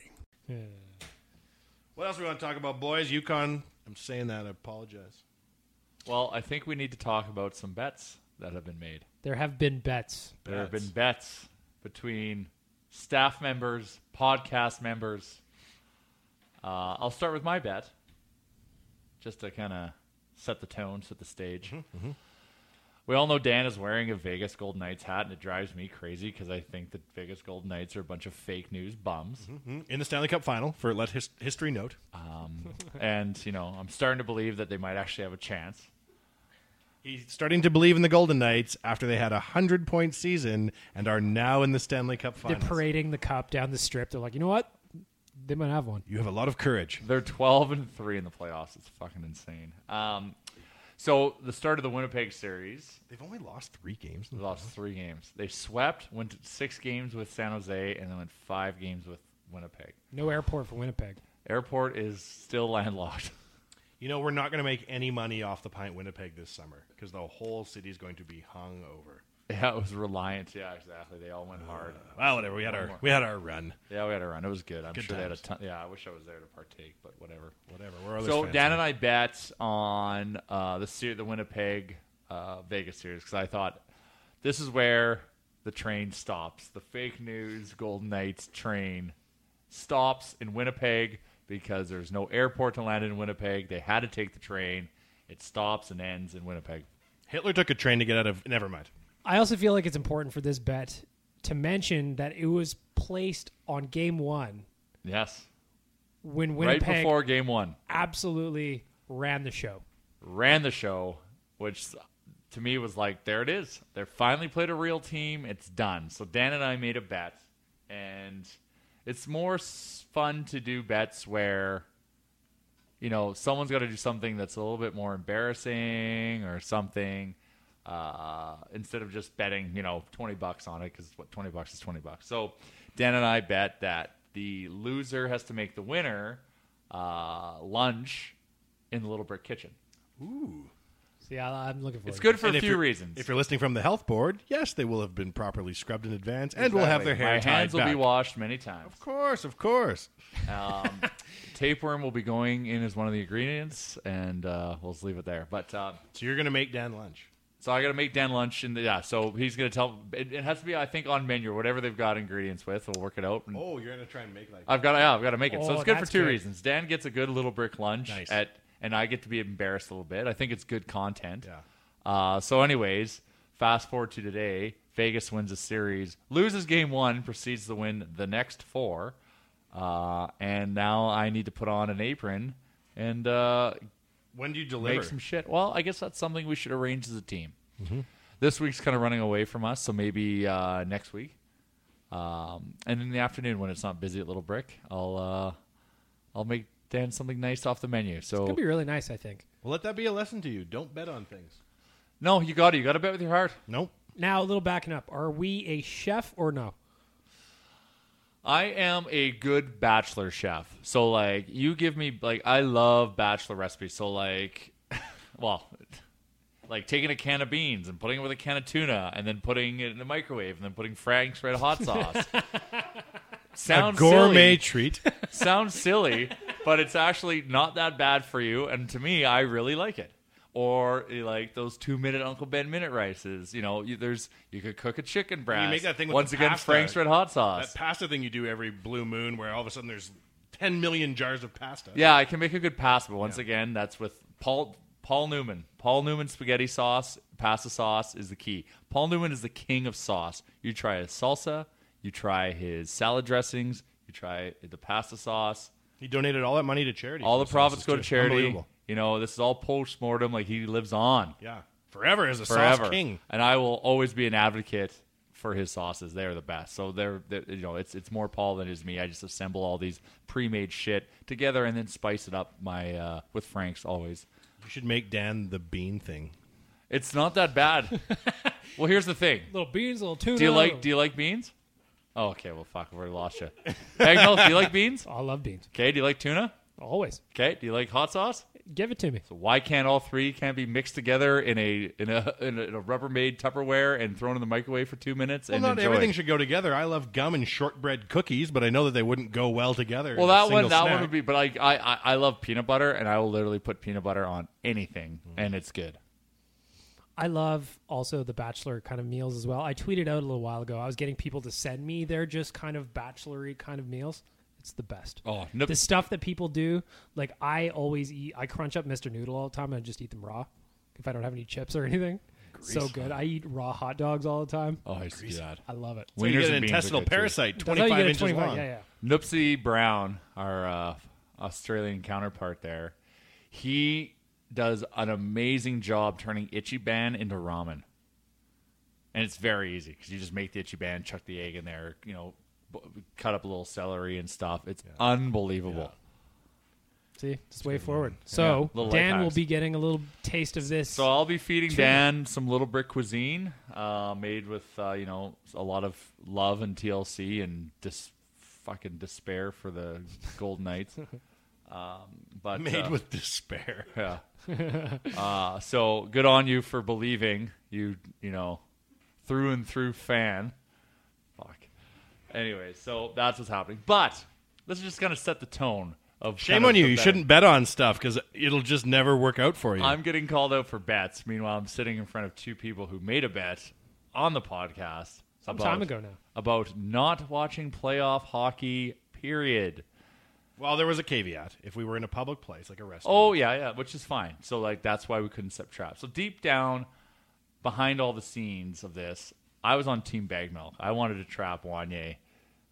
Speaker 1: What else we want to talk about, boys? Yukon. I'm saying that. I apologize.
Speaker 2: Well, I think we need to talk about some bets that have been made.
Speaker 3: There have been bets.
Speaker 2: There have been bets between staff members, podcast members. Uh, I'll start with my bet, just to kind of set the tone, set the stage. We all know Dan is wearing a Vegas Golden Knights hat, and it drives me crazy because I think the Vegas Golden Knights are a bunch of fake news bums.
Speaker 1: Mm-hmm. In the Stanley Cup Final, for let his- history note,
Speaker 2: And, you know, I'm starting to believe that they might actually have a chance.
Speaker 1: he's starting to believe in the Golden Knights after they had a hundred point season and are now in the Stanley Cup
Speaker 3: They're
Speaker 1: Final.
Speaker 3: parading the cup down the strip. They're like, you know what? They might have one.
Speaker 1: you have a lot of courage.
Speaker 2: They're 12 and 3 in the playoffs. It's fucking insane. Um, so, the start of the Winnipeg series,
Speaker 1: They've only lost three games.
Speaker 2: they lost three games. They swept, went to six games with San Jose, and then went five games with Winnipeg.
Speaker 3: No airport for Winnipeg.
Speaker 2: Airport is still landlocked.
Speaker 1: You know we're not going to make any money off the pint Winnipeg this summer because the whole city is going to be hung over.
Speaker 2: yeah, it was Reliant. Yeah, exactly. They all went hard.
Speaker 1: Well, Ah, whatever. We had our we had our run.
Speaker 2: Yeah, we had a run. It was good. I'm
Speaker 1: Uh, Good
Speaker 2: sure
Speaker 1: times.
Speaker 2: they had a ton. Yeah, I wish I was there to partake, but whatever.
Speaker 1: Whatever. We're Oilers
Speaker 2: So
Speaker 1: fans,
Speaker 2: Dan
Speaker 1: man.
Speaker 2: and I bet on uh, the ser- the Winnipeg uh, Vegas series because I thought this is where the train stops. The fake news Golden Knights train stops in Winnipeg because there's no airport to land in Winnipeg. They had to take the train. It stops and ends in Winnipeg.
Speaker 1: Hitler took a train to get out of. Never mind.
Speaker 3: I also feel like it's important for this bet to mention that it was placed on game one
Speaker 2: Yes,
Speaker 3: when
Speaker 2: right
Speaker 3: Winnipeg
Speaker 2: before game one.
Speaker 3: absolutely ran the show.
Speaker 2: ran the show, which to me was like, there it is. They finally played a real team. It's done. So Dan and I made a bet, and it's more s- fun to do bets where, you know, someone's got to do something that's a little bit more embarrassing or something. Uh, instead of just betting, you know, twenty bucks on it because what twenty bucks is twenty bucks. So Dan and I bet that the loser has to make the winner uh, lunch in the Little Brick Kitchen.
Speaker 3: See, I, I'm looking for
Speaker 2: It's good for a few reasons.
Speaker 1: If you're listening from the health board, yes, they will have been properly scrubbed in advance, and will have their hair
Speaker 2: My
Speaker 1: tied
Speaker 2: hands will
Speaker 1: back.
Speaker 2: be washed many times.
Speaker 1: Of course, of course.
Speaker 2: Tapeworm will be going in as one of the ingredients, and uh, we'll just leave it there. But uh,
Speaker 1: So you're gonna make Dan lunch.
Speaker 2: so I got to make Dan lunch, and yeah, so he's gonna tell. It, it has to be, I think, on menu or whatever they've got ingredients with. We'll work it out. and-
Speaker 1: Oh, you're gonna try and make like.
Speaker 2: I've got, yeah, I've got to make it. so
Speaker 3: Oh,
Speaker 2: it's good for
Speaker 3: that's
Speaker 2: two
Speaker 3: good.
Speaker 2: reasons. Dan gets a good little brick lunch
Speaker 1: Nice.
Speaker 2: at, and I get to be embarrassed a little bit. I think it's good content.
Speaker 1: Yeah.
Speaker 2: Uh, so, anyways, fast forward to today. Vegas wins a series, loses game one, proceeds to win the next four, uh, and now I need to put on an apron and uh,
Speaker 1: When do you deliver?
Speaker 2: make some shit. Well, I guess that's something we should arrange as a team. This week's kind of running away from us, so maybe uh, next week. Um, and in the afternoon when it's not busy at Little Brick, I'll uh, I'll make Dan something nice off the menu. So
Speaker 3: Could be really nice, I think.
Speaker 1: well, let that be a lesson to you. Don't bet on things.
Speaker 2: no, you got to you got to bet with your heart.
Speaker 1: Nope.
Speaker 3: Now, a little backing up. Are we a chef or no?
Speaker 2: I am a good bachelor chef. So like you give me like I love bachelor recipes. So like well like taking a can of beans and putting it with a can of tuna and then putting it in the microwave and then putting Frank's red hot sauce. sounds
Speaker 1: Gourmet
Speaker 2: silly.
Speaker 1: treat.
Speaker 2: sounds silly, but it's actually not that bad for you and to me I really like it. Or like those two minute Uncle Ben minute rices, you know. You, there's you could cook a chicken breast.
Speaker 1: you make that thing with
Speaker 2: once
Speaker 1: the
Speaker 2: again.
Speaker 1: pasta.
Speaker 2: Frank's red hot sauce.
Speaker 1: that pasta thing you do every blue moon, where all of a sudden there's ten million jars of pasta.
Speaker 2: Yeah, I can make a good pasta, but once again, that's with Paul Paul Newman. Paul Newman spaghetti sauce, pasta sauce is the key. Paul Newman is the king of sauce. You try his salsa, you try his salad dressings, you try the pasta sauce.
Speaker 1: He donated all that money to charity. for
Speaker 2: All the
Speaker 1: this.
Speaker 2: profits
Speaker 1: This
Speaker 2: go
Speaker 1: is
Speaker 2: to
Speaker 1: just
Speaker 2: charity.
Speaker 1: unbelievable.
Speaker 2: You know, this is all post mortem. Like he lives on
Speaker 1: Yeah, forever as a
Speaker 2: forever,
Speaker 1: sauce king.
Speaker 2: and I will always be an advocate for his sauces. They're the best. So they're, they're you know, it's it's more Paul than it is me. I just assemble all these pre-made shit together and then spice it up my uh, with Frank's always.
Speaker 1: You should make Dan the bean thing.
Speaker 2: It's not that bad. well, here's the thing.
Speaker 3: Little beans, little tuna.
Speaker 2: Do you like do you like beans? Oh, okay. Well, fuck, I've already lost you. Bagnell, do you like beans?
Speaker 3: I love beans.
Speaker 2: Okay. Do you like tuna?
Speaker 3: Always.
Speaker 2: Okay. Do you like hot sauce?
Speaker 3: Give it to me.
Speaker 2: So why can't all three can't be mixed together in a in a in a, in a Rubbermaid Tupperware and thrown in the microwave for two minutes
Speaker 1: Well,
Speaker 2: and
Speaker 1: not
Speaker 2: enjoyed?
Speaker 1: everything should go together. I love gum and shortbread cookies, but I know that they wouldn't go well together.
Speaker 2: well,
Speaker 1: in a
Speaker 2: that one
Speaker 1: single
Speaker 2: that
Speaker 1: snack.
Speaker 2: one would be. But like I, I I love peanut butter and I will literally put peanut butter on anything and it's good.
Speaker 3: I love also the bachelor kind of meals as well. I tweeted out a little while ago. I was getting people to send me their just kind of bachelory kind of meals. It's the best.
Speaker 2: Oh, no-
Speaker 3: the stuff that people do. Like I always eat. I crunch up Mr. Noodle all the time. and I just eat them raw if I don't have any chips or anything. So good. I eat raw hot dogs all the time.
Speaker 2: Oh, I see that.
Speaker 3: I love it.
Speaker 1: So you get an
Speaker 2: and beans are
Speaker 1: intestinal
Speaker 2: good, too.
Speaker 1: parasite,
Speaker 3: That's how you
Speaker 1: twenty-five
Speaker 3: get a
Speaker 1: inches
Speaker 3: 25
Speaker 1: long.
Speaker 3: Yeah, yeah.
Speaker 2: Nupsy Brown, our uh, Australian counterpart there, he does an amazing job turning Ichiban into ramen. And it's very easy because you just make the Ichiban, chuck the egg in there, you know, b- cut up a little celery and stuff. It's unbelievable.
Speaker 3: See, it's way forward. So
Speaker 2: Little life
Speaker 3: Dan will
Speaker 2: hacks.
Speaker 3: be getting a little taste of this.
Speaker 2: So I'll be feeding Dan some Little Brick cuisine uh, made with, uh, you know, a lot of love and TLC and dis- fucking despair for the Golden Knights. Um, but
Speaker 1: Made
Speaker 2: uh,
Speaker 1: with despair.
Speaker 2: Yeah. uh, so good on you for believing you you know through and through fan. Fuck. Anyway, so that's what's happening. But this is just gonna set the tone of
Speaker 1: Shame
Speaker 2: kind of
Speaker 1: on you.
Speaker 2: the
Speaker 1: You
Speaker 2: betting.
Speaker 1: shouldn't bet on stuff because it'll just never work out for you.
Speaker 2: I'm getting called out for bets. Meanwhile, I'm sitting in front of two people who made a bet on the podcast
Speaker 3: Some
Speaker 2: about,
Speaker 3: time ago now.
Speaker 2: about not watching playoff hockey. Period.
Speaker 1: well, there was a caveat. If we were in a public place, like a restaurant.
Speaker 2: Oh yeah, yeah, which is fine. So like that's why we couldn't set traps. So deep down, behind all the scenes of this, I was on Team Bag Milk. I wanted to trap Wanye.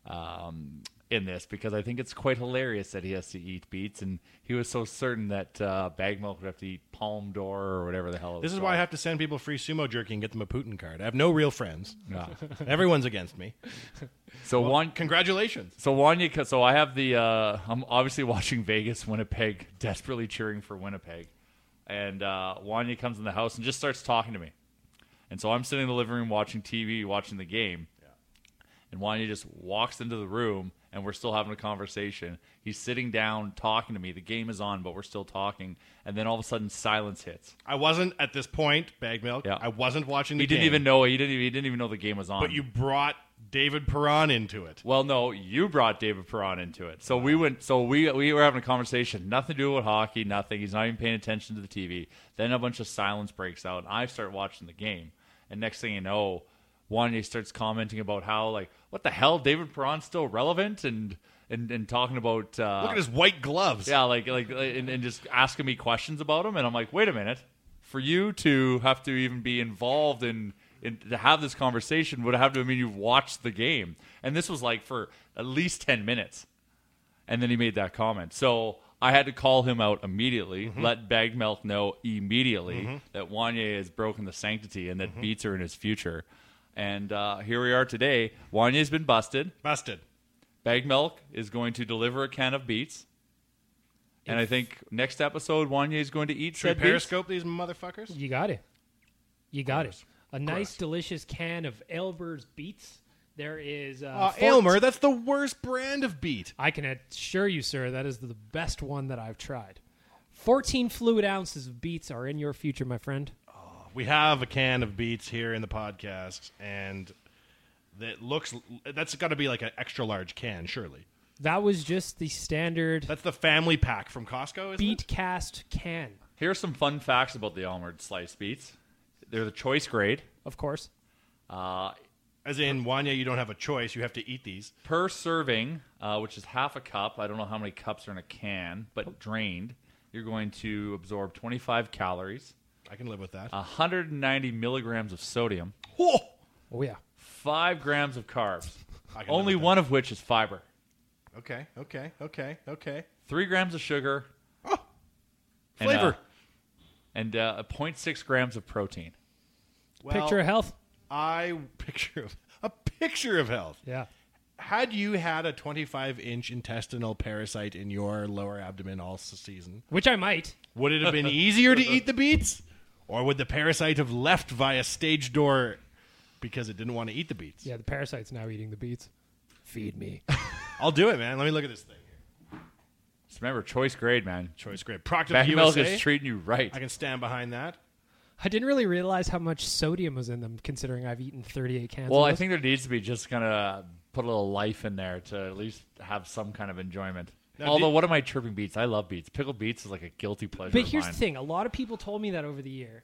Speaker 2: Um, in this because I think it's quite hilarious that he has to eat beets, and he was so certain that uh, bag milk would have to eat palm d'or or whatever the hell. It
Speaker 1: This is
Speaker 2: was
Speaker 1: why I
Speaker 2: called.
Speaker 1: have to send people free sumo jerky and get them a Putin card. I have no real friends. Everyone's against me.
Speaker 2: So one,
Speaker 1: Congratulations.
Speaker 2: so Wanya, so I have the. Uh, I'm obviously watching Vegas, Winnipeg, desperately cheering for Winnipeg, and uh, Wanya comes in the house and just starts talking to me, and so I'm sitting in the living room watching TV, watching the game, and Wanya just walks into the room, and we're still having a conversation. He's sitting down talking to me. The game is on, but we're still talking, and then all of a sudden, silence hits.
Speaker 1: I wasn't at this point, bag milk.
Speaker 2: Yeah.
Speaker 1: I wasn't watching the
Speaker 2: He didn't
Speaker 1: game,
Speaker 2: even know. He didn't. Even, he didn't even know the game was on.
Speaker 1: But you brought David Perron into it.
Speaker 2: Well, no, you brought David Perron into it. So we went. So we we were having a conversation, nothing to do with hockey, nothing. He's not even paying attention to the TV. Then a bunch of silence breaks out, and I start watching the game. And next thing you know, Wanye starts commenting about how like what the hell David Perron's still relevant and and and talking about uh,
Speaker 1: Look at his white gloves.
Speaker 2: yeah, like like like- and, and just asking me questions about him, and I'm like, wait a minute, for you to have to even be involved in, in to have this conversation would have to mean you've watched the game, and this was like for at least ten minutes, and then he made that comment, so. I had to call him out immediately, let Bag Milk know immediately that Wanye has broken the sanctity and that beats are in his future. And uh, here we are today. Wanye's been busted.
Speaker 1: Busted.
Speaker 2: Bag Milk is going to deliver a can of beets. And I think next episode, Wanye is going to eat
Speaker 1: Should
Speaker 2: said
Speaker 1: we
Speaker 2: beets.
Speaker 1: periscope these motherfuckers?
Speaker 3: You got it. You got it. A nice, delicious can of Elmer's beets. There is uh,
Speaker 1: Uh,
Speaker 3: four-
Speaker 1: Aylmer, that's the worst brand of beet.
Speaker 3: I can assure you, sir, that is the best one that I've tried. 14 fluid ounces of beets are in your future, my friend.
Speaker 1: We have a can of beets here in the podcast, and that looks that's got to be like an extra large can, surely.
Speaker 3: That was just the standard
Speaker 1: That's the family pack from Costco. Isn't
Speaker 3: beet
Speaker 1: it?
Speaker 3: cast can,
Speaker 2: Here's some fun facts about the Elmard sliced beets. They're the choice grade.
Speaker 3: of course.
Speaker 2: Uh,
Speaker 1: as in Wanya, you don't have a choice; you have to eat these.
Speaker 2: per serving, uh, which is half a cup, I don't know how many cups are in a can, but drained, you're going to absorb 25 calories,
Speaker 1: I can live with that.
Speaker 2: 190 milligrams of sodium,
Speaker 1: Whoa!
Speaker 3: Oh, yeah.
Speaker 2: 5 grams of carbs,
Speaker 1: I can
Speaker 2: only
Speaker 1: live with
Speaker 2: one of which is fiber,
Speaker 1: Okay, okay, okay, okay.
Speaker 2: 3 grams of sugar, and, uh,
Speaker 1: Oh. Flavor.
Speaker 2: and uh, 0.6 grams of protein.
Speaker 1: Well,
Speaker 3: Picture of health.
Speaker 1: I picture of a picture of health.
Speaker 3: Yeah.
Speaker 1: Had you had a 25 inch intestinal parasite in your lower abdomen all s- season,
Speaker 3: Which I might.
Speaker 1: would it have been easier to eat the beets, or would the parasite have left via stage door because it didn't want to eat the beets?
Speaker 3: Yeah, the parasite's now eating the beets. Feed me.
Speaker 1: I'll do it, man. Let me look at this thing. here.
Speaker 2: Just remember, choice grade, man.
Speaker 1: Choice grade, Procter
Speaker 2: Back milk
Speaker 1: USA.
Speaker 2: is treating you right.
Speaker 1: I can stand behind that.
Speaker 3: I didn't really realize how much sodium was in them, considering I've eaten 38 cans.
Speaker 2: well,
Speaker 3: of
Speaker 2: I
Speaker 3: those.
Speaker 2: think there needs to be just kind of put a little life in there to at least have some kind of enjoyment.
Speaker 1: Now,
Speaker 2: Although,
Speaker 1: do-
Speaker 2: what am I chirping beets? I love beets. Pickled beets is like a guilty pleasure.
Speaker 3: But
Speaker 2: of
Speaker 3: here's
Speaker 2: mine.
Speaker 3: the thing: a lot of people told me that over the year,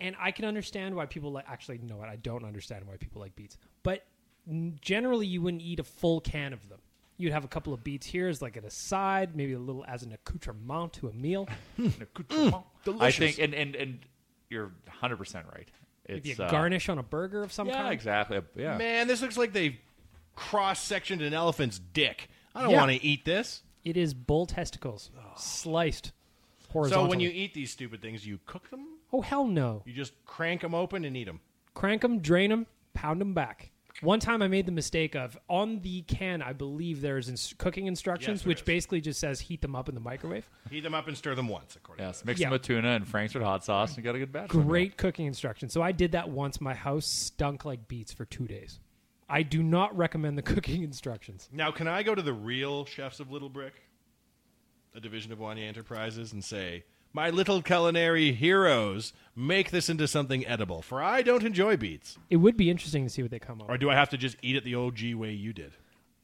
Speaker 3: and I can understand why people like. Actually, no, I don't understand why people like beets. But n- generally, you wouldn't eat a full can of them. You'd have a couple of beets here as like an aside, maybe a little as an accoutrement to a meal. Mm.
Speaker 2: I think, and and and you're 100 percent right. It's
Speaker 3: Maybe a
Speaker 2: uh,
Speaker 3: garnish on a burger of some
Speaker 2: Yeah,
Speaker 3: kind.
Speaker 2: exactly. Yeah.
Speaker 1: Man, this looks like they cross sectioned an elephant's dick. I don't
Speaker 3: Yeah.
Speaker 1: want to eat this.
Speaker 3: It is bull testicles sliced
Speaker 1: So
Speaker 3: horizontally.
Speaker 1: when you eat these stupid things, you cook them.
Speaker 3: oh hell no,
Speaker 1: You just crank them open and eat them.
Speaker 3: crank them, drain them, pound them back. One time I made the mistake of on the can, I believe there's ins- cooking instructions,
Speaker 1: there
Speaker 3: which
Speaker 1: is.
Speaker 3: basically just says heat them up in the microwave.
Speaker 1: Heat them up and stir them once, according
Speaker 2: Yes,
Speaker 1: to
Speaker 2: mix
Speaker 3: Yeah.
Speaker 2: them with tuna and Frankfurt hot sauce, and you got a good batch. from
Speaker 3: Great cooking instructions. So I did that once. My house stunk like beets for two days. I do not recommend the cooking instructions.
Speaker 1: this. Now, can I go to the real chefs of Little Brick, a division of Wanya Enterprises, and say, my little culinary heroes, make this into something edible, for I don't enjoy beets.
Speaker 3: It would be interesting to see what they come up.
Speaker 1: Or
Speaker 3: with.
Speaker 1: do I have to just eat it the OG way you did?